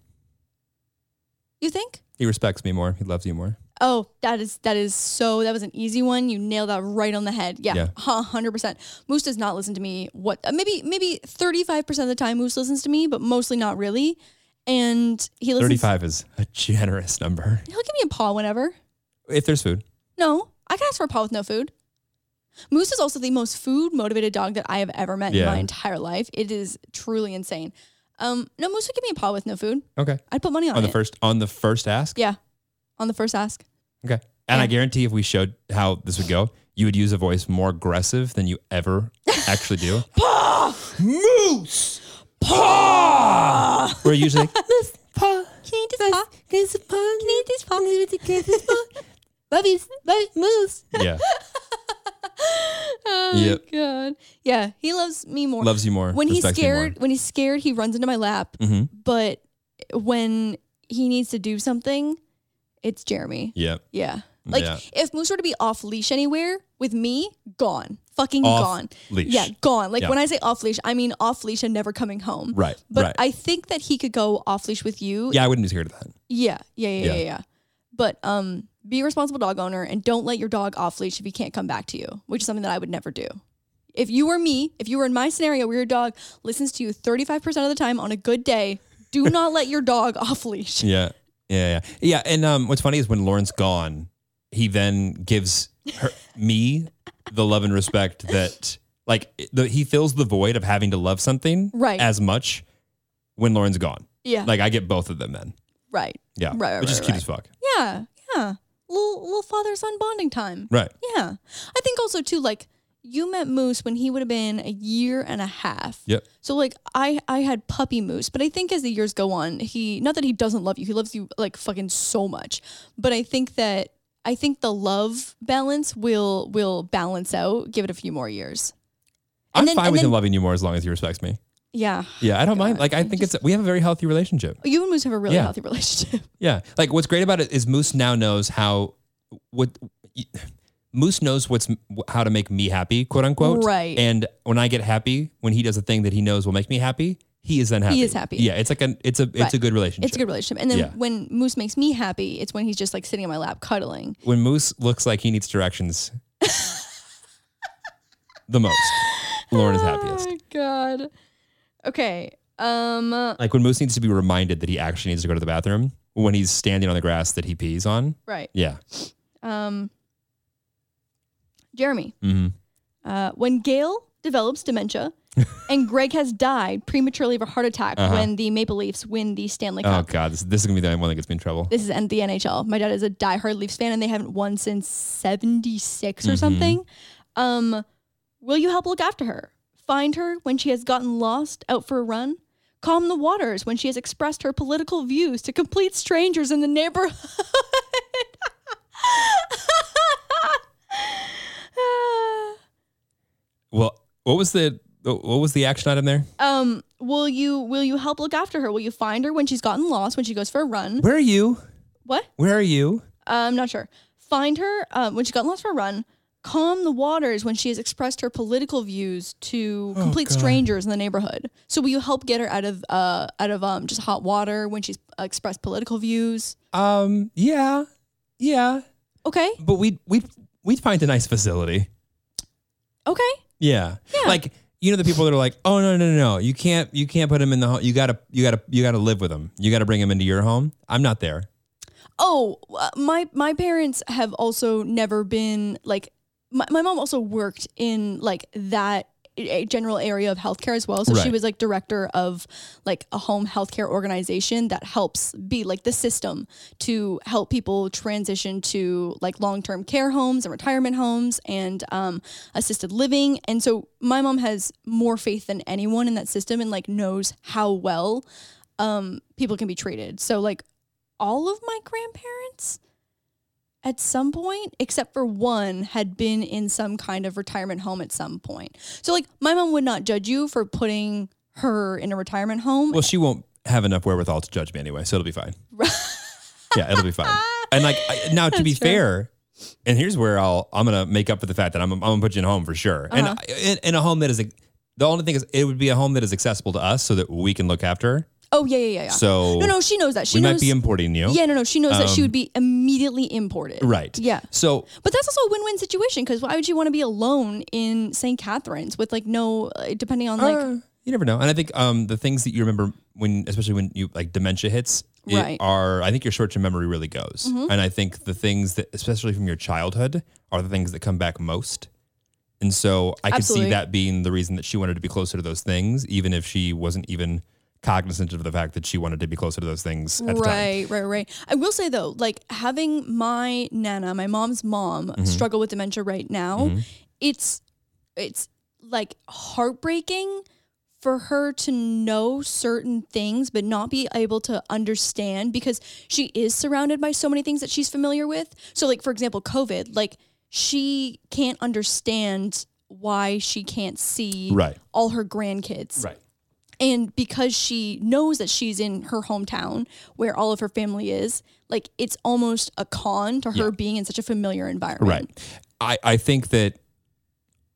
You think? He respects me more. He loves you more. Oh, that is that is so. That was an easy one. You nailed that right on the head. Yeah. Yeah, hundred percent. Moose does not listen to me. What? uh, Maybe maybe thirty five percent of the time Moose listens to me, but mostly not really. And he listens. 35 is a generous number. He'll give me a paw whenever. If there's food. No, I can ask for a paw with no food. Moose is also the most food motivated dog that I have ever met in Yeah. my entire life. It is truly insane. Um, no, Moose would give me a paw with no food. Okay. I'd put money on, On the it. first on the first ask? Yeah, on the first ask. Okay. And Yeah. I guarantee if we showed how this would go, you would use a voice more aggressive than you ever actually do. Moose! Paw! We're usually like, Moose, paw. Can you just paw? Can you just paw? Can you just paw? Moose. Yeah. Oh Yep. my god. Yeah, he loves me more. Loves you more. when he's respects you more. scared, when he's scared, he runs into my lap. Mhm. But when he needs to do something, it's Jeremy. Yeah. Yeah. Like Yeah. if Moose were to be off leash anywhere with me, gone. Fucking Off gone. leash. Yeah, gone. Like Yeah. when I say off leash, I mean off leash and never coming home. Right, But right. I think that he could go off leash with you. Yeah, I wouldn't be scared of that. Yeah. Yeah. Yeah. Yeah. Yeah. Yeah. yeah. But um be a responsible dog owner and don't let your dog off leash if he can't come back to you, which is something that I would never do. If you were me, if you were in my scenario where your dog listens to you 35% of the time on a good day, do not let your dog off leash. Yeah. Yeah. Yeah. Yeah. And um, what's funny is when Lauren's gone, he then gives her, me the love and respect that, like, the, he fills the void of having to love something Right. as much when Lauren's gone. Yeah. Like, I get both of them then. right. Yeah. Right, right, Which is right, cute right. as fuck. Yeah. Yeah. Little little father son bonding time. Right. Yeah. I think also too, like you met Moose when he would have been a year and a half. Yep. So like I I had puppy Moose, but I think as the years go on, he not that he doesn't love you, he loves you like fucking so much. But I think that I think the love balance will will balance out. Give it a few more years. And I'm then- fine and with then- him loving you more as long as he respects me. Yeah. Yeah. I don't mind. God, Like, I I think just- it's, we have a very healthy relationship. You and Moose have a really Yeah. healthy relationship. Yeah. Like what's great about it is Moose now knows how what Moose knows what's how to make me happy, quote unquote. Right. And when I get happy, when he does a thing that he knows will make me happy, he is then happy. is happy. Yeah. It's like an it's a it's Right. a good relationship. It's a good relationship. And then Yeah. when Moose makes me happy, it's when he's just like sitting on my lap cuddling. When Moose looks like he needs directions the most, Lauren is happiest. Oh my god. Okay. Um Like when Moose needs to be reminded that he actually needs to go to the bathroom when he's standing on the grass that he pees on. right. Yeah. Um Jeremy, Mm-hmm. uh, when Gail develops dementia and Greg has died prematurely of a heart attack Uh-huh. when the Maple Leafs win the Stanley Oh Cup. God, this, this is gonna be the only one that gets me in trouble. This is N- the NHL. My dad is a diehard Leafs fan and they haven't won since 76 or something. Um, will you help look after her? Find her when she has gotten lost out for a run? Calm the waters when she has expressed her political views to complete strangers in the neighborhood. Well, what was the what was the action item there? um, will you will you help look after her? Will you find her when she's gotten lost when she goes for a run? Where are you? What? Where are you? Uh, I'm not sure. Find her um, when she got lost for a run. calm the waters when she has expressed her political views to complete strangers in the neighborhood. So will you help get her out of uh out of um just hot water when she's expressed political views? Um, yeah, yeah, Okay. but we'd we'd we'd find a nice facility. Okay. Yeah. Like you know the people that are like, oh no no no no, you can't you can't put him in the home. You gotta you gotta you gotta live with him. You gotta bring him into your home. I'm not there. Oh, uh, my my parents have also never been like my, my mom also worked in like that a general area of healthcare as well. So she Right. was like director of like a home healthcare organization that helps be like the system to help people transition to like long-term care homes and retirement homes and um, assisted living. And so my mom has more faith than anyone in that system and like knows how well um, people can be treated. So like all of my grandparents at some point, except for one, had been in some kind of retirement home at some point. So like my mom would not judge you for putting her in a retirement home. Well, she won't have enough wherewithal to judge me anyway, so it'll be fine. yeah, it'll be fine. And like I, now, to be fair, and here's where I'll I'm gonna make up for the fact that I'm I'm gonna put you in a home for sure, Uh-huh. and in, in a home that is the only thing is it would be a home that is accessible to us so that we can look after her. oh yeah, yeah, yeah, yeah. So no, no, she knows that. She we knows might be importing you. Yeah, no, no, she knows that she would be immediately imported. Um, Right. Yeah. So But that's also a win-win situation because why would you want to be alone in St. Catharines with like no, uh, depending on like Uh, you never know. And I think um, the things that you remember when, especially when you like dementia hits, it Right. Mm-hmm. are I think your short term memory really goes. And I think the things that, especially from your childhood, are the things that come back most. And so I could see Absolutely. that being the reason that she wanted to be closer to those things, even if she wasn't even cognizant of the fact that she wanted to be closer to those things at the time. right, right, right. I will say though, like having my nana, my mom's mom, Mm-hmm. struggle with dementia right now, it's it's like heartbreaking for her to know certain things but not be able to understand because she is surrounded by so many things that she's familiar with. So like for example, COVID, like she can't understand why she can't see Right. all her grandkids. Right. And because she knows that she's in her hometown where all of her family is, like it's almost a con to her being in such a familiar environment. Right. I, I think that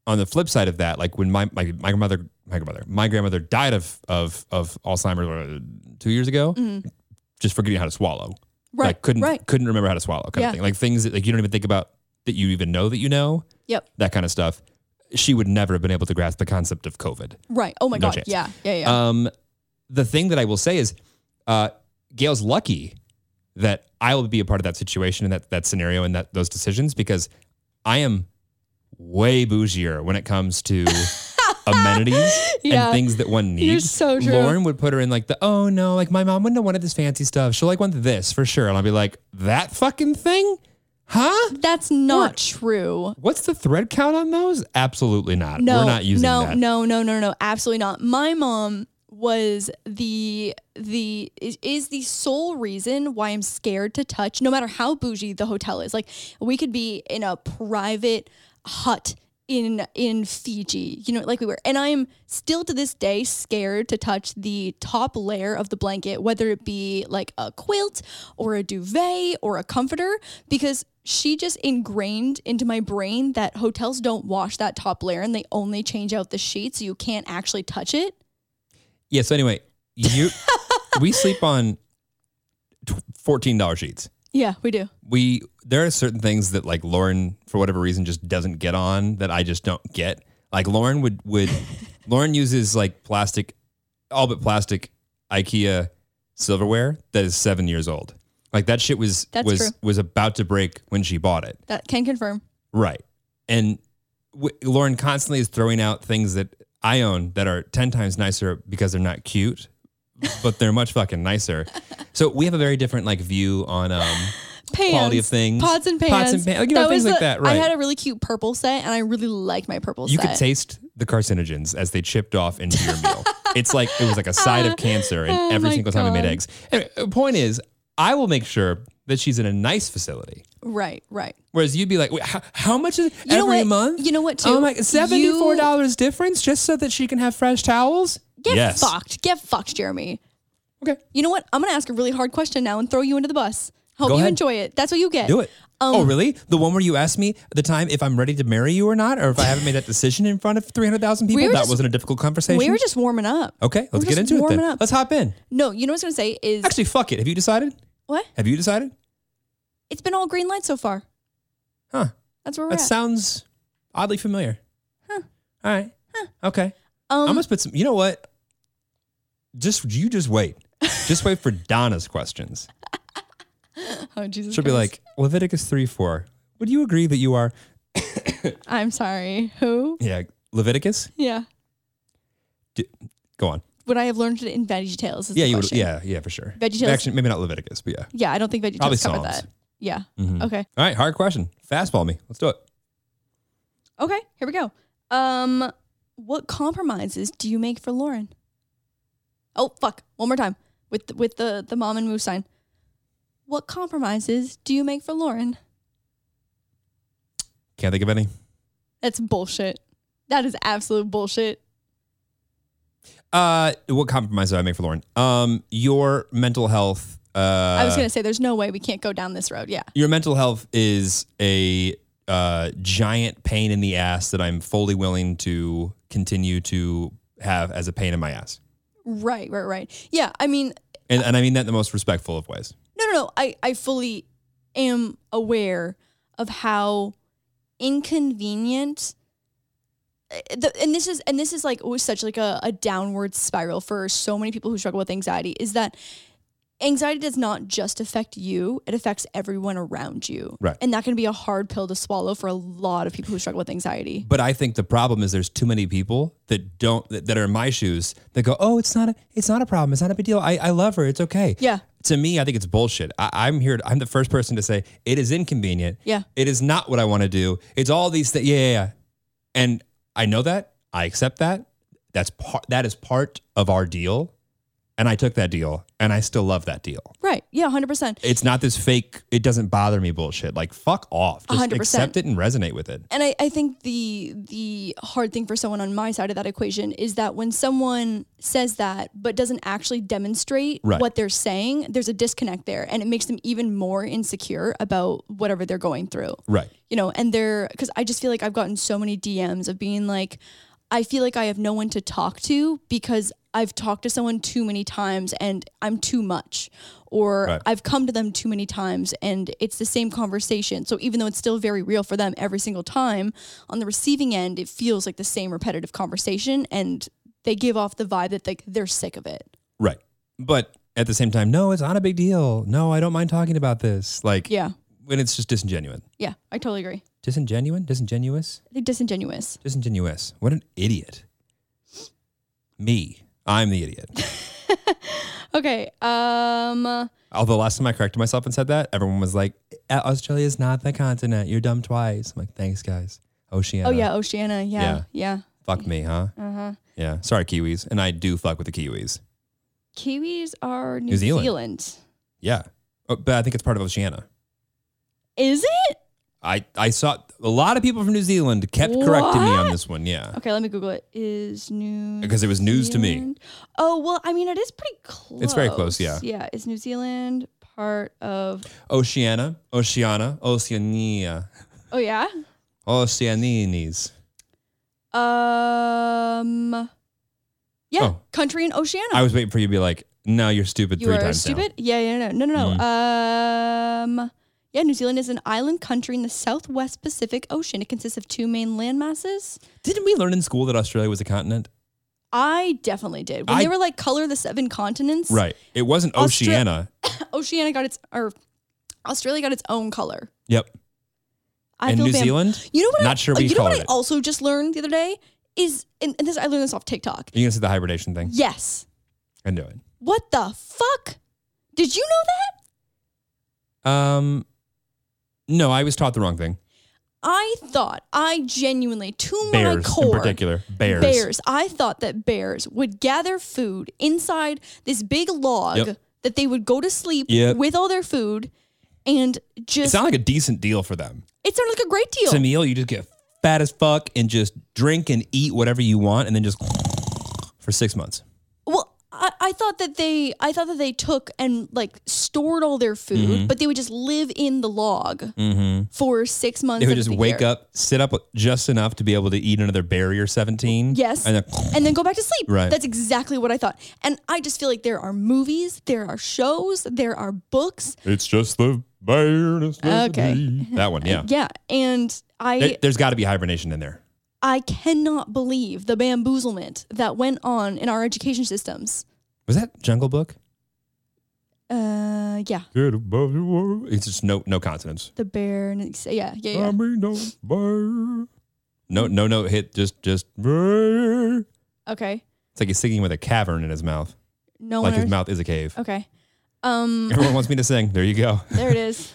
on the flip side of that, like when my my, my mother my grandmother my grandmother died of of of Alzheimer's uh, two years ago, just forgetting how to swallow. Mm-hmm. Right. Like couldn't right. couldn't remember how to swallow kind Yeah. of thing. Like things that like you don't even think about that you even know that you know Yep. that kind of stuff. She would never have been able to grasp the concept of COVID. Right. Oh my No God. chance. Yeah. Yeah. Yeah. Um, the thing that I will say is, uh, Gail's lucky that I will be a part of that situation and that that scenario and that those decisions because I am way bougier when it comes to amenities Yeah. and things that one needs. You're so true. Lauren would put her in like the oh no, like my mom wouldn't have wanted this fancy stuff. She'll like want this for sure, and I'll be like that fucking thing, huh? That's not true. What's the thread count on those? Absolutely not. No, We're not using no, that. No, no, no, no, absolutely not. My mom was the the is, is the sole reason why I'm scared to touch no matter how bougie the hotel is. Like we could be in a private hut in in Fiji, you know, like we were. And I'm still to this day scared to touch the top layer of the blanket, whether it be like a quilt or a duvet or a comforter because she just ingrained into my brain that hotels don't wash that top layer and they only change out the sheets so you can't actually touch it. Yeah. So anyway, you we sleep on tw- fourteen dollar sheets. Yeah, we do. We there are certain things that like Lauren for whatever reason just doesn't get on that I just don't get. Like Lauren would would Lauren uses like plastic, all but plastic IKEA silverware that is seven years old. Like that shit was That's was true. was about to break when she bought it. That can confirm. Right. And w- Lauren constantly is throwing out things that I own that are 10 times nicer because they're not cute, but they're much fucking nicer. So we have a very different like view on um Pans, Quality of things. pots and pans, Pots and pan- like, you know, things was like the- that, I right. had a really cute purple set, and I really liked my purple you set. could taste the carcinogens as they chipped off into your meal. It's like it was like a side of cancer and Oh every my single time we made God. eggs. Anyway, the point is I will make sure that she's in a nice facility. right, right. Whereas you'd be like, Wait, how, how much is it You know every what- month? you know what, Oh too? my, You- seventy-four dollars difference just so that she can have fresh towels. Get fucked. Get fucked, Jeremy. Okay. You know what? I'm gonna ask a really hard question now and throw you into the bus. Hope Go you ahead. enjoy it. That's what you get. Do it. oh, really? The one where you asked me at the time if I'm ready to marry you or not, or if I haven't made that decision in front of 300,000 people? We were that just- wasn't a difficult conversation. We were just warming up. okay, We were let's get just into it then. warming up. Let's hop in. No, you know what I was gonna say is Actually, fuck it. Have you decided? what? Have you decided? It's been all green light so far. Huh. That's where we're That at. sounds oddly familiar. Huh. All right. Okay. um, I'm gonna spit some. You know what? Just you just wait. Just wait for Donna's questions. oh Jesus. She'll be Christ. like Leviticus three four. Would you agree that you are? I'm sorry. Who? Yeah, Leviticus. Yeah. D- Go on. Would I have learned it in Veggie Tales? Is yeah, the you would. question. Yeah, yeah, for sure. VeggieTales. Actually, maybe not Leviticus, but yeah. Yeah, I don't think Veggie Probably Tales covered Psalms. that. Yeah. Mhm. Okay. All right, hard question. Fastball me. Let's do it. Okay. Here we go. Um, what compromises do you make for Lauren? Oh fuck! One more time with the, with the the mom and move sign. What compromises do you make for Lauren? Can't think of any. That's bullshit. That is absolute bullshit. Uh, what compromise did I make for Lauren? Um, your mental health. Uh, I was gonna say there's no way we can't go down this road. Yeah. your mental health is a uh, giant pain in the ass that I'm fully willing to continue to have as a pain in my ass. Right. Right. Right. Yeah. I mean, And, and I mean that in the most respectful of ways. no, no, no. I I fully am aware of how inconvenient eh, the, and this is and this is like always such like a, a downward spiral for so many people who struggle with anxiety is that anxiety does not just affect you it affects everyone around you Right. and that can be a hard pill to swallow for a lot of people who struggle with anxiety But I think the problem is there's too many people that don't that, that are in my shoes that go, oh, it's not a it's not a problem, it's not a big deal. I, I love her, it's okay. Yeah. To me, I think it's bullshit. I, I'm here. I'm the first person to say it is inconvenient. Yeah. It is not what I want to do. It's all these things. Yeah, yeah, yeah. And I know that. I accept that. That's part. That is part of our deal. And I took that deal, and I still love that deal. right yeah 100% It's not this fake. It doesn't bother me. Bullshit. Like fuck off. Just 100%. accept it and resonate with it. and I, I think the the hard thing for someone on my side of that equation is that when someone says that but doesn't actually demonstrate Right. what they're saying, there's a disconnect there, and it makes them even more insecure about whatever they're going through Right. you know, and they're because I just feel like I've gotten so many DMs of being like, I feel like I have no one to talk to because I've talked to someone too many times and I'm too much, or Right. I've come to them too many times and it's the same conversation. So even though it's still very real for them every single time, on the receiving end, it feels like the same repetitive conversation and they give off the vibe that like they're sick of it. Right. But at the same time, no, it's not a big deal. No, I don't mind talking about this. Like, Yeah. when it's just disingenuous. Yeah. I totally agree. Disingenuine? Disingenuous? I think disingenuous. Disingenuous. What an idiot. Me. I'm the idiot. Okay. Um Although last time I corrected myself and said that, everyone was like, "Uh, Australia's not the continent. You're dumb twice. I'm like, thanks, guys. Oceania. oh yeah, Oceana. Yeah. yeah. Fuck me, huh? Uh-huh. Yeah. Sorry, Kiwis. And I do fuck with the Kiwis. Kiwis are New, New Zealand. Zealand. Yeah. Oh, but I think it's part of Oceania. Is it? I, I saw a lot of people from New Zealand kept correcting me on What? this one. Yeah. Okay, let me Google it. Is New Because it was news to me. Zealand- Oh well, I mean it is pretty close. It's very close, yeah. Yeah. Is New Zealand part of Oceania, Oceania, Oceania, Oh yeah? Oceaninis. Um Yeah. Oh. Country in Oceania. I was waiting for you to be like, no, you're stupid you three are times Mm-hmm. now." stupid? Yeah, yeah, no, no, no, no. Um yeah, New Zealand is an island country in the southwest Pacific Ocean. It consists of two main landmasses. Didn't we learn in school that Australia was a continent? I definitely did. When I- they were like color the seven continents. Right. It wasn't Austra- Oceania. Oceania got its or Australia got its own color. Yep. I and New bam- Zealand? You know what? I, Not sure we you know what colored I it. also just learned the other day is, and, and this I learned this off TikTok. Are you going to say the hibernation thing? Yes. I knew it. What the fuck? Did you know that? Um, no, I was taught the wrong thing. I thought I genuinely to my Bears in core. particular. Bears. I thought that bears would gather food inside this big log Yep. that they would go to sleep Yep. with all their food and It just. sounded like a decent deal for them. it sounded like a great deal. It's a meal. You just get fat as fuck and just drink and eat whatever you want and then just for six months. Well, uh, I, I thought that they I thought that they took and like stored all their food, Mm-hmm. but they would just live in the log for six months. They out would of just the wake year. up, sit up just enough to be able to eat another barrier 17. Yes. And then, and then go back to sleep. Right. That's exactly what I thought. And I just feel like there are movies, there are shows, there are books. it's just the barrier. Okay. That one, yeah. Yeah. And I There, there's got to be hibernation in there. I cannot believe the bamboozlement that went on in our education systems. Was that Jungle Book? Uh yeah. Get above the world. It's just no no consonants. The bear and it's- yeah, yeah, yeah. mean, no barrier. No, no, no hit. Just, just. barrier. okay. It's like he's singing with a cavern in his mouth. No like one his mouth is a cave. Okay. Um Everyone wants me to sing. There you go. there it is.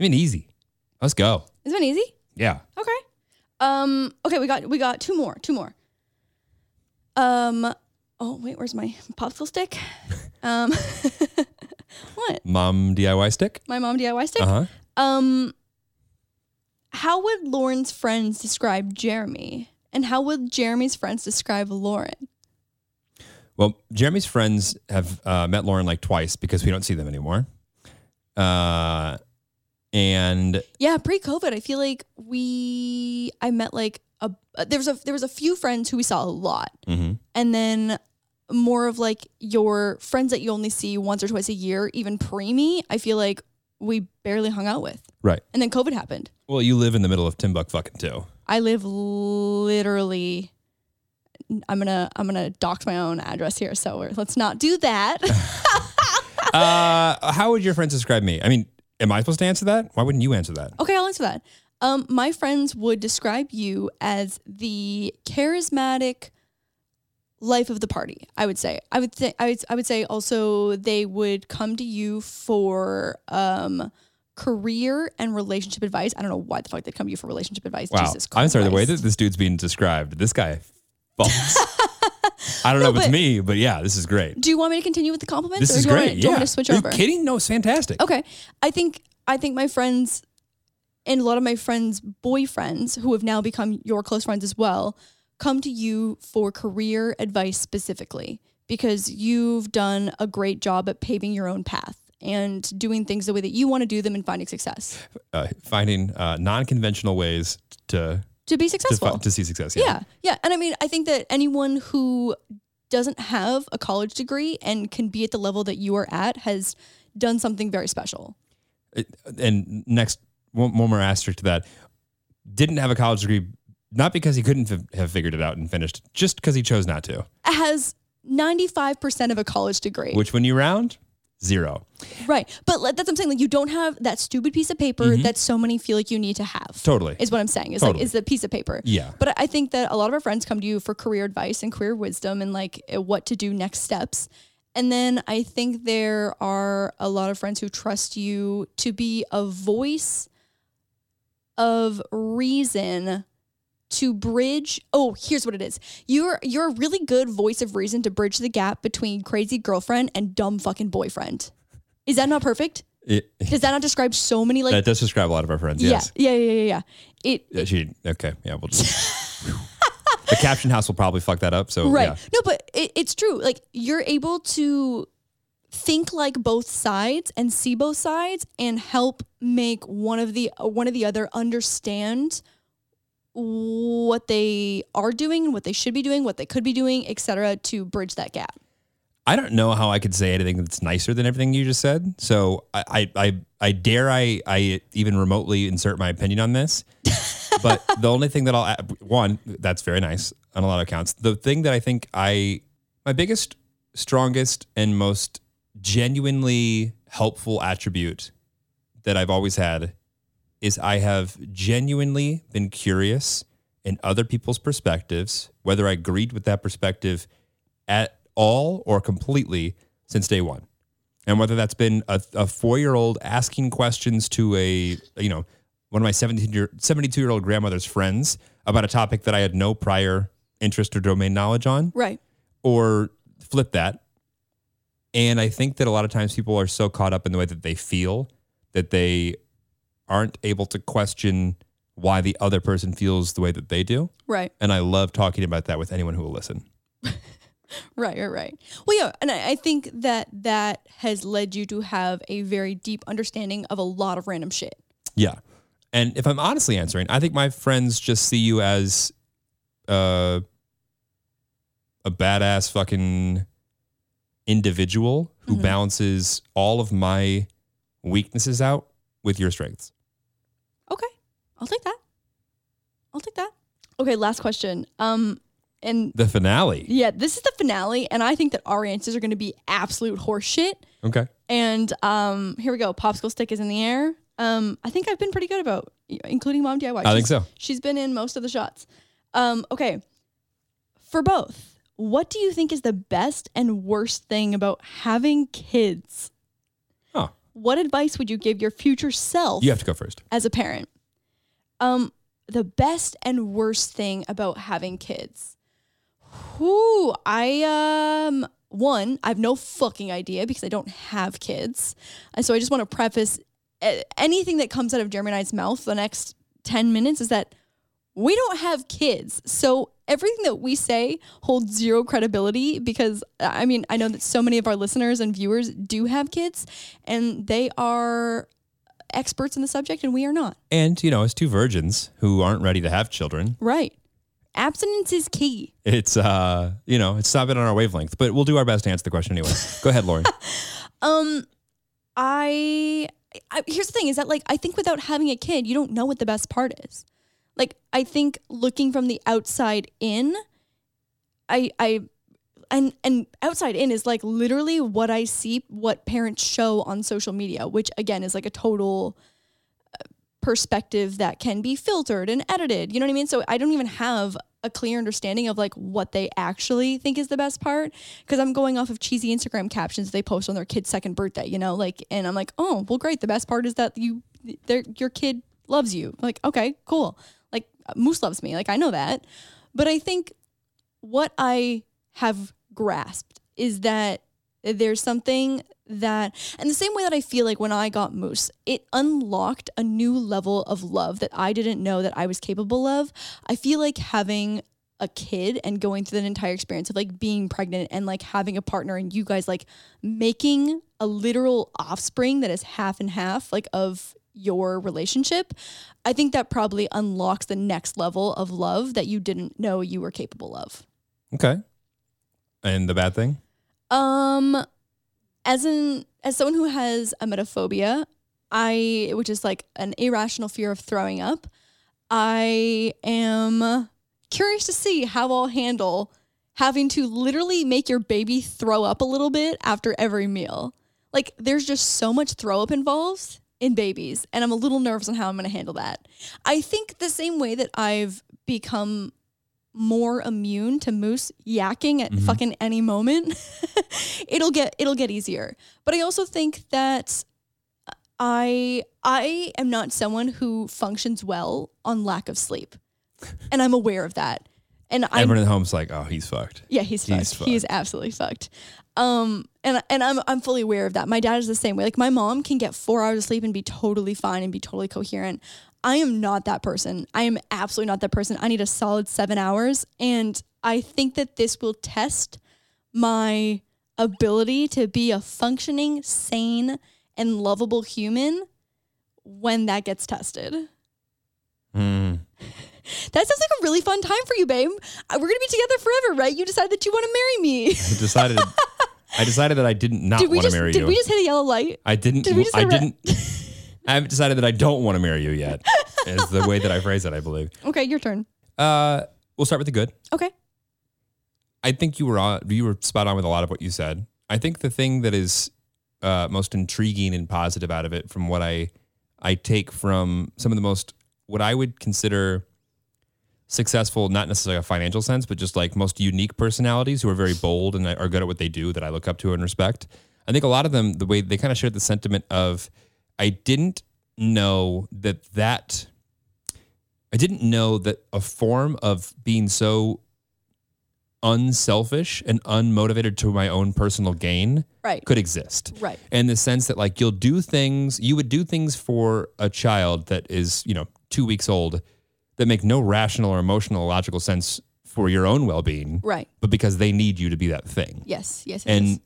I mean, easy. Let's go. It's been easy. Yeah. Okay. Um. Okay. We got we got two more. Two more. Um. Oh wait, where's my popsicle stick? Um. what? Mom DIY stick. My mom DIY stick. Uh huh. Um. How would Lauren's friends describe Jeremy, and how would Jeremy's friends describe Lauren? Well, Jeremy's friends have uh, met Lauren like twice because we don't see them anymore. Uh, and Yeah, pre-COVID, I feel like we I met like a uh, there was a there was a few friends who we saw a lot, mhm. and then more of like your friends that you only see once or twice a year, even pre me, I feel like we barely hung out with. right. And then COVID happened. Well, you live in the middle of Timbuk fucking too. I live literally. I'm gonna I'm gonna dox my own address here, so we're, let's not do that. Uh, how would your friends describe me? I mean, am I supposed to answer that? Why wouldn't you answer that? okay, I'll answer that. Um, my friends would describe you as the charismatic life of the party. I would say. I would say. I would. I would say also they would come to you for um career and relationship advice. I don't know why the fuck they'd come to you for relationship advice. Wow. Jesus Christ. I'm sorry. The way that this dude's being described, this guy bumps. I don't know if it's but- me, but yeah, this is great. Do you want me to continue with the compliments? This or is do you Want great. me, yeah. do you want me to switch Are you over? kidding? No, it's fantastic. Okay. I think I think my friends and a lot of my friends' boyfriends who have now become your close friends as well come to you for career advice specifically because you've done a great job at paving your own path and doing things the way that you want to do them and finding success Uh, finding uh, non-conventional ways to to be to, fi- successful. to see success. yeah. Yeah. And I mean, I think that anyone who doesn't have a college degree and can be at the level that you are at has done something very special. and next one, one more asterisk to that didn't have a college degree not because he couldn't f- have figured it out and finished just because he chose not to Has 95% of a college degree. which when you round zero Right. But like, that's what I'm saying. Like you don't have that stupid piece of paper that so many feel like you need to have. Mm-hmm. Totally. Is what I'm saying. Is Totally. like is the piece of paper. Yeah. But I- I think that a lot of our friends come to you for career advice and career wisdom and like eh, what to do next steps. And then I think there are a lot of friends who trust you to be a voice of reason to bridge oh here's what it is you're you're a really good voice of reason to bridge the gap between crazy girlfriend and dumb fucking boyfriend is that not perfect It- does that not describe so many like that does describe a lot of our friends. yeah, Yes. yeah yeah yeah yeah it Yeah, she, okay. Yeah. We'll just. the caption house will probably fuck that up. So right Oh, yeah. no but it, it's true like you're able to think like both sides and see both sides and help make one of the one of the other understand what they are doing what they should be doing what they could be doing etc to bridge that gap I don't know how I could say anything that's nicer than everything you just said. So I, I, I, I dare I, I even remotely insert my opinion on this. but the only thing that I'll add, one, that's very nice on a lot of accounts. The thing that I think I, my biggest, strongest, and most genuinely helpful attribute that I've always had is I have genuinely been curious in other people's perspectives, whether I agreed with that perspective at all or completely since day one. And whether that's been a, a four year old asking questions to a, you know, one of my 17 year, 72 year old grandmother's friends about a topic that I had no prior interest or domain knowledge on, right or flip that. And I think that a lot of times people are so caught up in the way that they feel that they aren't able to question why the other person feels the way that they do. right And I love talking about that with anyone who will listen. Right, right, right. Well, yeah, and I, I think that that has led you to have a very deep understanding of a lot of random shit. Yeah. And if I'm honestly answering, I think my friends just see you as uh, a badass fucking individual who Mhm. balances all of my weaknesses out with your strengths. Okay, I'll take that. I'll take that. Okay, last question. Um, and The finale. yeah, this is the finale, and I think that our answers are going to be absolute horseshit. Okay. And um, here we go. Popsicle stick is in the air. Um, I think I've been pretty good about, including mom DIY. I think She's- so. She's been in most of the shots. Um, okay, for both, what do you think is the best and worst thing about having kids? Huh. What advice would you give your future self You have to go first. as a parent? Um, the best and worst thing about having kids. Whoo, I um one, I have no fucking idea because I don't have kids. And so I just want to preface a- anything that comes out of Jeremy and I's mouth for the next 10 minutes is that we don't have kids. So everything that we say holds zero credibility because I mean, I know that so many of our listeners and viewers do have kids and they are experts in the subject and we are not. And, you know, as two virgins who aren't ready to have children, Right. Abstinence is key. it's, uh, you know, it's not been on our wavelength, but we'll do our best to answer the question anyway. go ahead, Lauren. Um, I, I here's the thing is that like I think without having a kid, you don't know what the best part is. Like I think looking from the outside in, I I and and outside in is like literally what I see what parents show on social media, which again is like a total uh, perspective that can be filtered and edited. You know what I mean? So I don't even have a clear understanding of like what they actually think is the best part because I'm going off of cheesy Instagram captions they post on their kid's second birthday, you know, like and I'm like, "Oh, well great. The best part is that you their your kid loves you." Like, "Okay, cool." Like Moose loves me. Like I know that. But I think what I have grasped is that there's something that, and the same way that I feel like when I got Moose, it unlocked a new level of love that I didn't know that I was capable of. I feel like having a kid and going through that entire experience of like being pregnant and like having a partner and you guys like making a literal offspring that is half and half like of your relationship i think that probably unlocks the next level of love that you didn't know you were capable of Okay. And the bad thing? um, as an as someone who has emetophobia, I which is like an irrational fear of throwing up, I am curious to see how I'll handle having to literally make your baby throw up a little bit after every meal. Like there's just so much throw up involved in babies, and I'm a little nervous on how I'm going to handle that. I think the same way that I've become more immune to moose yakking at Mhm. fucking any moment it'll get it'll get easier but i also think that i i am not someone who functions well on lack of sleep and I'm aware of that. And I Everyone at home's like, oh, he's fucked. yeah, he's fucked. He's He's absolutely fucked. Um, and and I'm I'm fully aware of that. My dad is the same way. Like my mom can get four hours of sleep and be totally fine and be totally coherent. I am not that person. I am absolutely not that person. I need a solid seven hours, and I think that this will test my ability to be a functioning, sane, and lovable human when that gets tested. Mm. That sounds like a really fun time for you, babe. Uh, We're gonna be together forever, right? You decided that you want to marry me. I decided. I decided that I didn't not did we want to just marry did you. we just hit a yellow light? I didn't. did we just I have a- didn't. I haven't decided that I don't want to marry you yet. is the way that I phrase it, I believe. Okay, your turn. Uh, we'll start with the good. Okay. I think you were on, you were spot on with a lot of what you said. I think the thing that is uh, most intriguing and positive out of it, from what I I take from some of the most what I would consider successful, not necessarily a financial sense, but just like most unique personalities who are very bold and are good at what they do that I look up to and respect. I think a lot of them, the way they kind of shared the sentiment of, I didn't know that that. I didn't know that a form of being so unselfish and unmotivated to my own personal gain Right. could exist. Right. In the sense that like you'll do things, you would do things for a child that is, you know, 2 weeks old that make no rational or emotional or logical sense for your own well-being, Right. but because they need you to be that thing. Yes. Yes. yes, yes. And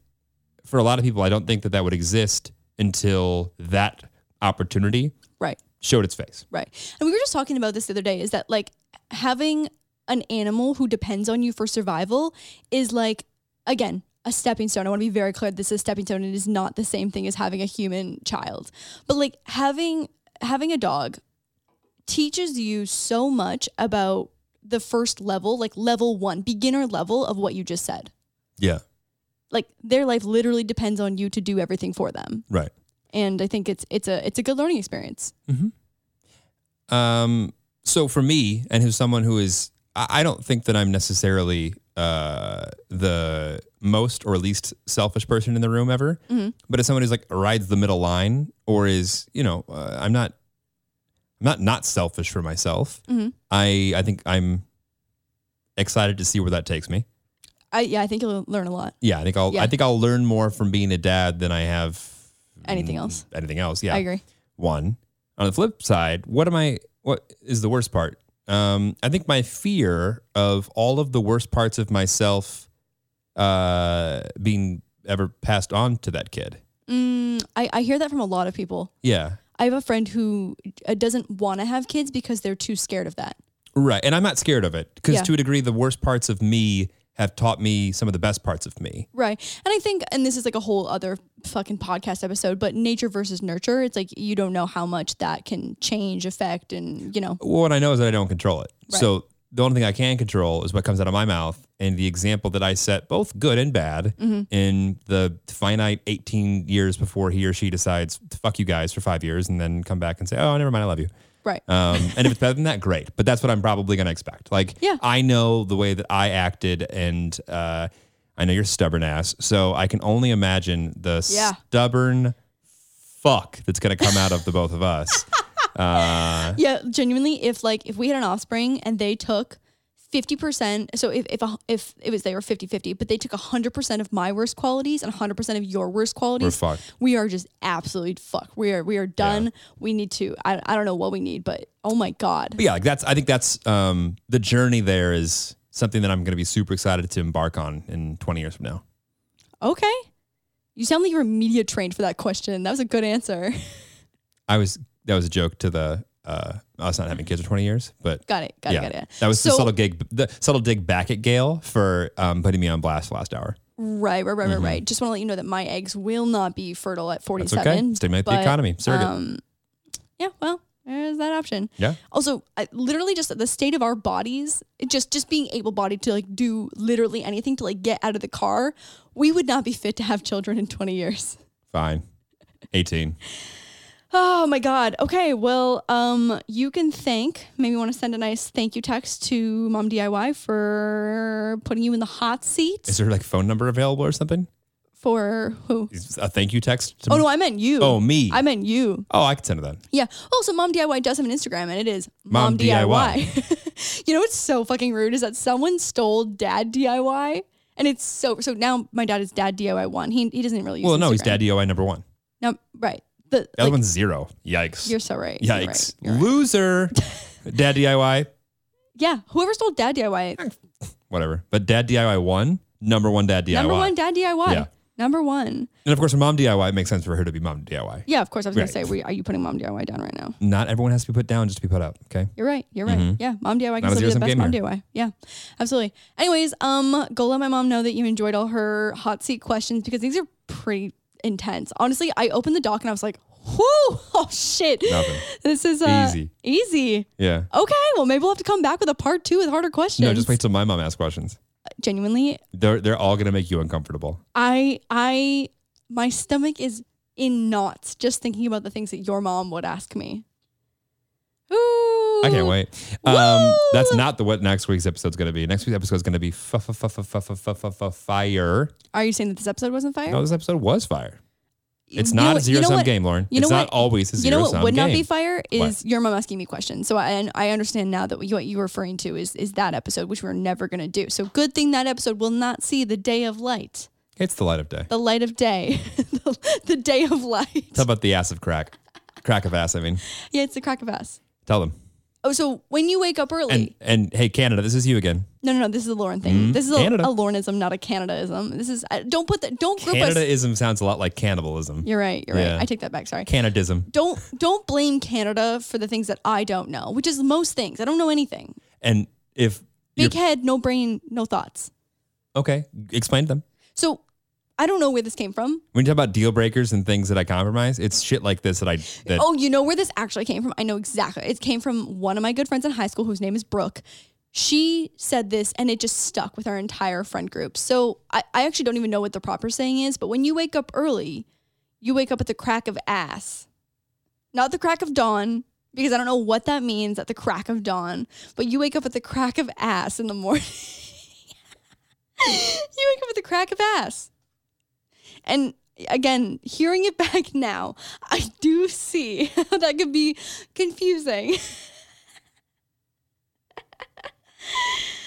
for a lot of people, I don't think that that would exist until that opportunity right. showed its face. Right. And we were just talking about this the other day is that like having an animal who depends on you for survival is like, again, a stepping stone. I want to be very clear this is a stepping stone. It is not the same thing as having a human child. But like having having a dog teaches you so much about the first level, like level one, beginner level of what you just said. Yeah. Like their life literally depends on you to do everything for them. Right. And I think it's it's a it's a good learning experience. Um, so for me, and who's someone who is, I, I don't think that I'm necessarily uh, the most or least selfish person in the room ever, Mm-hmm. but as someone who's like rides the middle line or is, you know, uh, I'm not, I'm not not selfish for myself. Mhm. I I think I'm excited to see where that takes me. I yeah, I think you'll learn a lot. Yeah, I think I'll Yeah. I think I'll learn more from being a dad than I have Anything else. Anything else? Mm, Yeah, I agree. one. On the flip side, what am I? What is the worst part? Um, I think my fear of all of the worst parts of myself uh, being ever passed on to that kid. Mm, I, I hear that from a lot of people. Yeah, I have a friend who uh, doesn't want to have kids because they're too scared of that. right. And I'm not scared of it because Yeah. to a degree, the worst parts of me have taught me some of the best parts of me. Right. And I think, and this is like a whole other fucking podcast episode, but nature versus nurture, it's like you don't know how much that can change, affect, and, you know, Well, what I know is that I don't control it. Right. So the only thing I can control is what comes out of my mouth and the example that I set, both good and bad, Mm-hmm. in the finite 18 years before he or she decides to fuck you guys for five years and then come back and say, oh, never mind, I love you. right. Um, and if it's better than that, great. But that's what I'm probably going to expect. Like, Yeah. I know the way that I acted, and uh, I know you're a stubborn ass. So I can only imagine the Yeah. stubborn fuck that's going to come out of the both of us. Uh, yeah, genuinely, if like, if we had an offspring and they took 50%, so if, if, a, if it was, they were 50 50, but they took 100% of my worst qualities and 100% of your worst we're qualities, fucked. we are just absolutely fucked. We are, we are done. We need to, I, I don't know what we need, but oh my God. But yeah, like that's I think that's um the journey there is something that I'm gonna be super excited to embark on in 20 years from now. Okay. You sound like you were media trained for that question. That was a good answer. I was that was a joke to the uh us not having kids for 20 years, but got it. Got yeah, it. Got it. that was the So- subtle gig, the subtle dig back at Gail for um putting me on blast last hour. Right. Right. Right. Right. Right. Just want to let you know that my eggs will not be fertile at Mm-hmm. That's 47. okay. Stimulate the but, economy, surrogate. Um, yeah. Well, there's that option. yeah, Also, I, literally, just the state of our bodies, it just just being able bodied to like do literally anything to like get out of the car, we would not be fit to have children in 20 years. fine. 18. Oh my God. Okay. Well, um, you can thank, maybe you want to send a nice thank you text to Mom DIY for putting you in the hot seat Is there like phone number available or something? for who? Is a thank you text to Oh me? no, I meant you. Oh, me. I meant you. oh, I could send her that. Yeah. Also, Mom DIY does have an Instagram and it is Mom Mom, DIY. You know what's so fucking rude is that someone stole dad DIY. And it's so so now my dad is dad DIY one. He he doesn't really use Well, no, he's Instagram. dad DOI number one. No, right. The, The other like, one's zero. Yikes. you're so right. You're Yikes. right. You're right. Loser. dad DIY, Yeah. Whoever stole dad DIY. whatever. But dad DIY one, number one dad DIY. Number one dad DIY. Yeah. Number one. And of course, mom DIY it makes sense for her to be mom DIY. Yeah, of course. I was Right. gonna say, we, are you putting mom DIY down right now? Not everyone has to be put down just to be put up. Okay. You're right. You're right. Yeah, mom DIY Mm-hmm. Not can still a be the zero-sum best game mom here. DIY. Yeah, absolutely. Anyways, um, go let my mom know that you enjoyed all her hot seat questions because these are pretty intense. Honestly, I opened the doc and I was like, "Whoa, oh shit, Nothing. this is uh, Easy. easy." Yeah. Okay, well maybe we'll have to come back with a part two with harder questions. No, just wait till my mom asks questions. Genuinely, They're they're all gonna make you uncomfortable. I I my stomach is in knots just thinking about the things that your mom would ask me. Ooh, I can't wait. Um, that's Woo! not the what next week's episode's gonna be. Next week's episode's gonna be fu- fu- fu- fu- fu- fu- fu- fu- fu- fire. Are you saying that this episode wasn't fire? No, this episode was fire. It's You not know- a you know zero sum what- game, Lauren. you know it's not what- always a You zero know sum what game. would not be fire is What? your mom asking me questions. So I, and I understand now that what you- what you were referring to is is that episode, which we're never gonna do. So good thing that episode will not see the day of light, It's the light of day. the light of day, the, the day of light. Tell about the ass of crack, crack of ass. I mean, Yeah, it's the crack of ass. tell them. Oh, so when you wake up early, And and hey, Canada, this is you again. no, no, no, this is a Lauren thing. This is a, Canada. a Laurenism, not a Canadaism. This is I- don't put that. Don't group us. Canadaism sounds a lot like cannibalism. You're right. You're Yeah. right. I take that back. Sorry. Canadism. don't don't blame Canada for the things that I don't know, which is most things. I don't know anything. And if Big you're- head, no brain, no thoughts. okay, explain to them. So I don't know where this came from. When you talk about deal breakers and things that I compromise, it's shit like this that I that Oh, you know where this actually came from? I know exactly. It came from one of my good friends in high school whose name is Brooke. She said this and it just stuck with our entire friend group. So I, I actually don't even know what the proper saying is, but when you wake up early, you wake up at the crack of ass, not the crack of dawn, because I don't know what that means at the crack of dawn, but you wake up at the crack of ass in the morning. you wake up at the crack of ass. And again, hearing it back now, I do see how that could be confusing.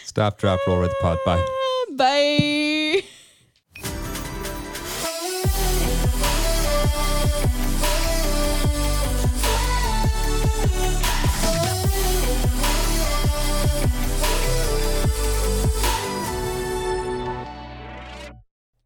stop, drop, roll, with the pot. Bye. Bye.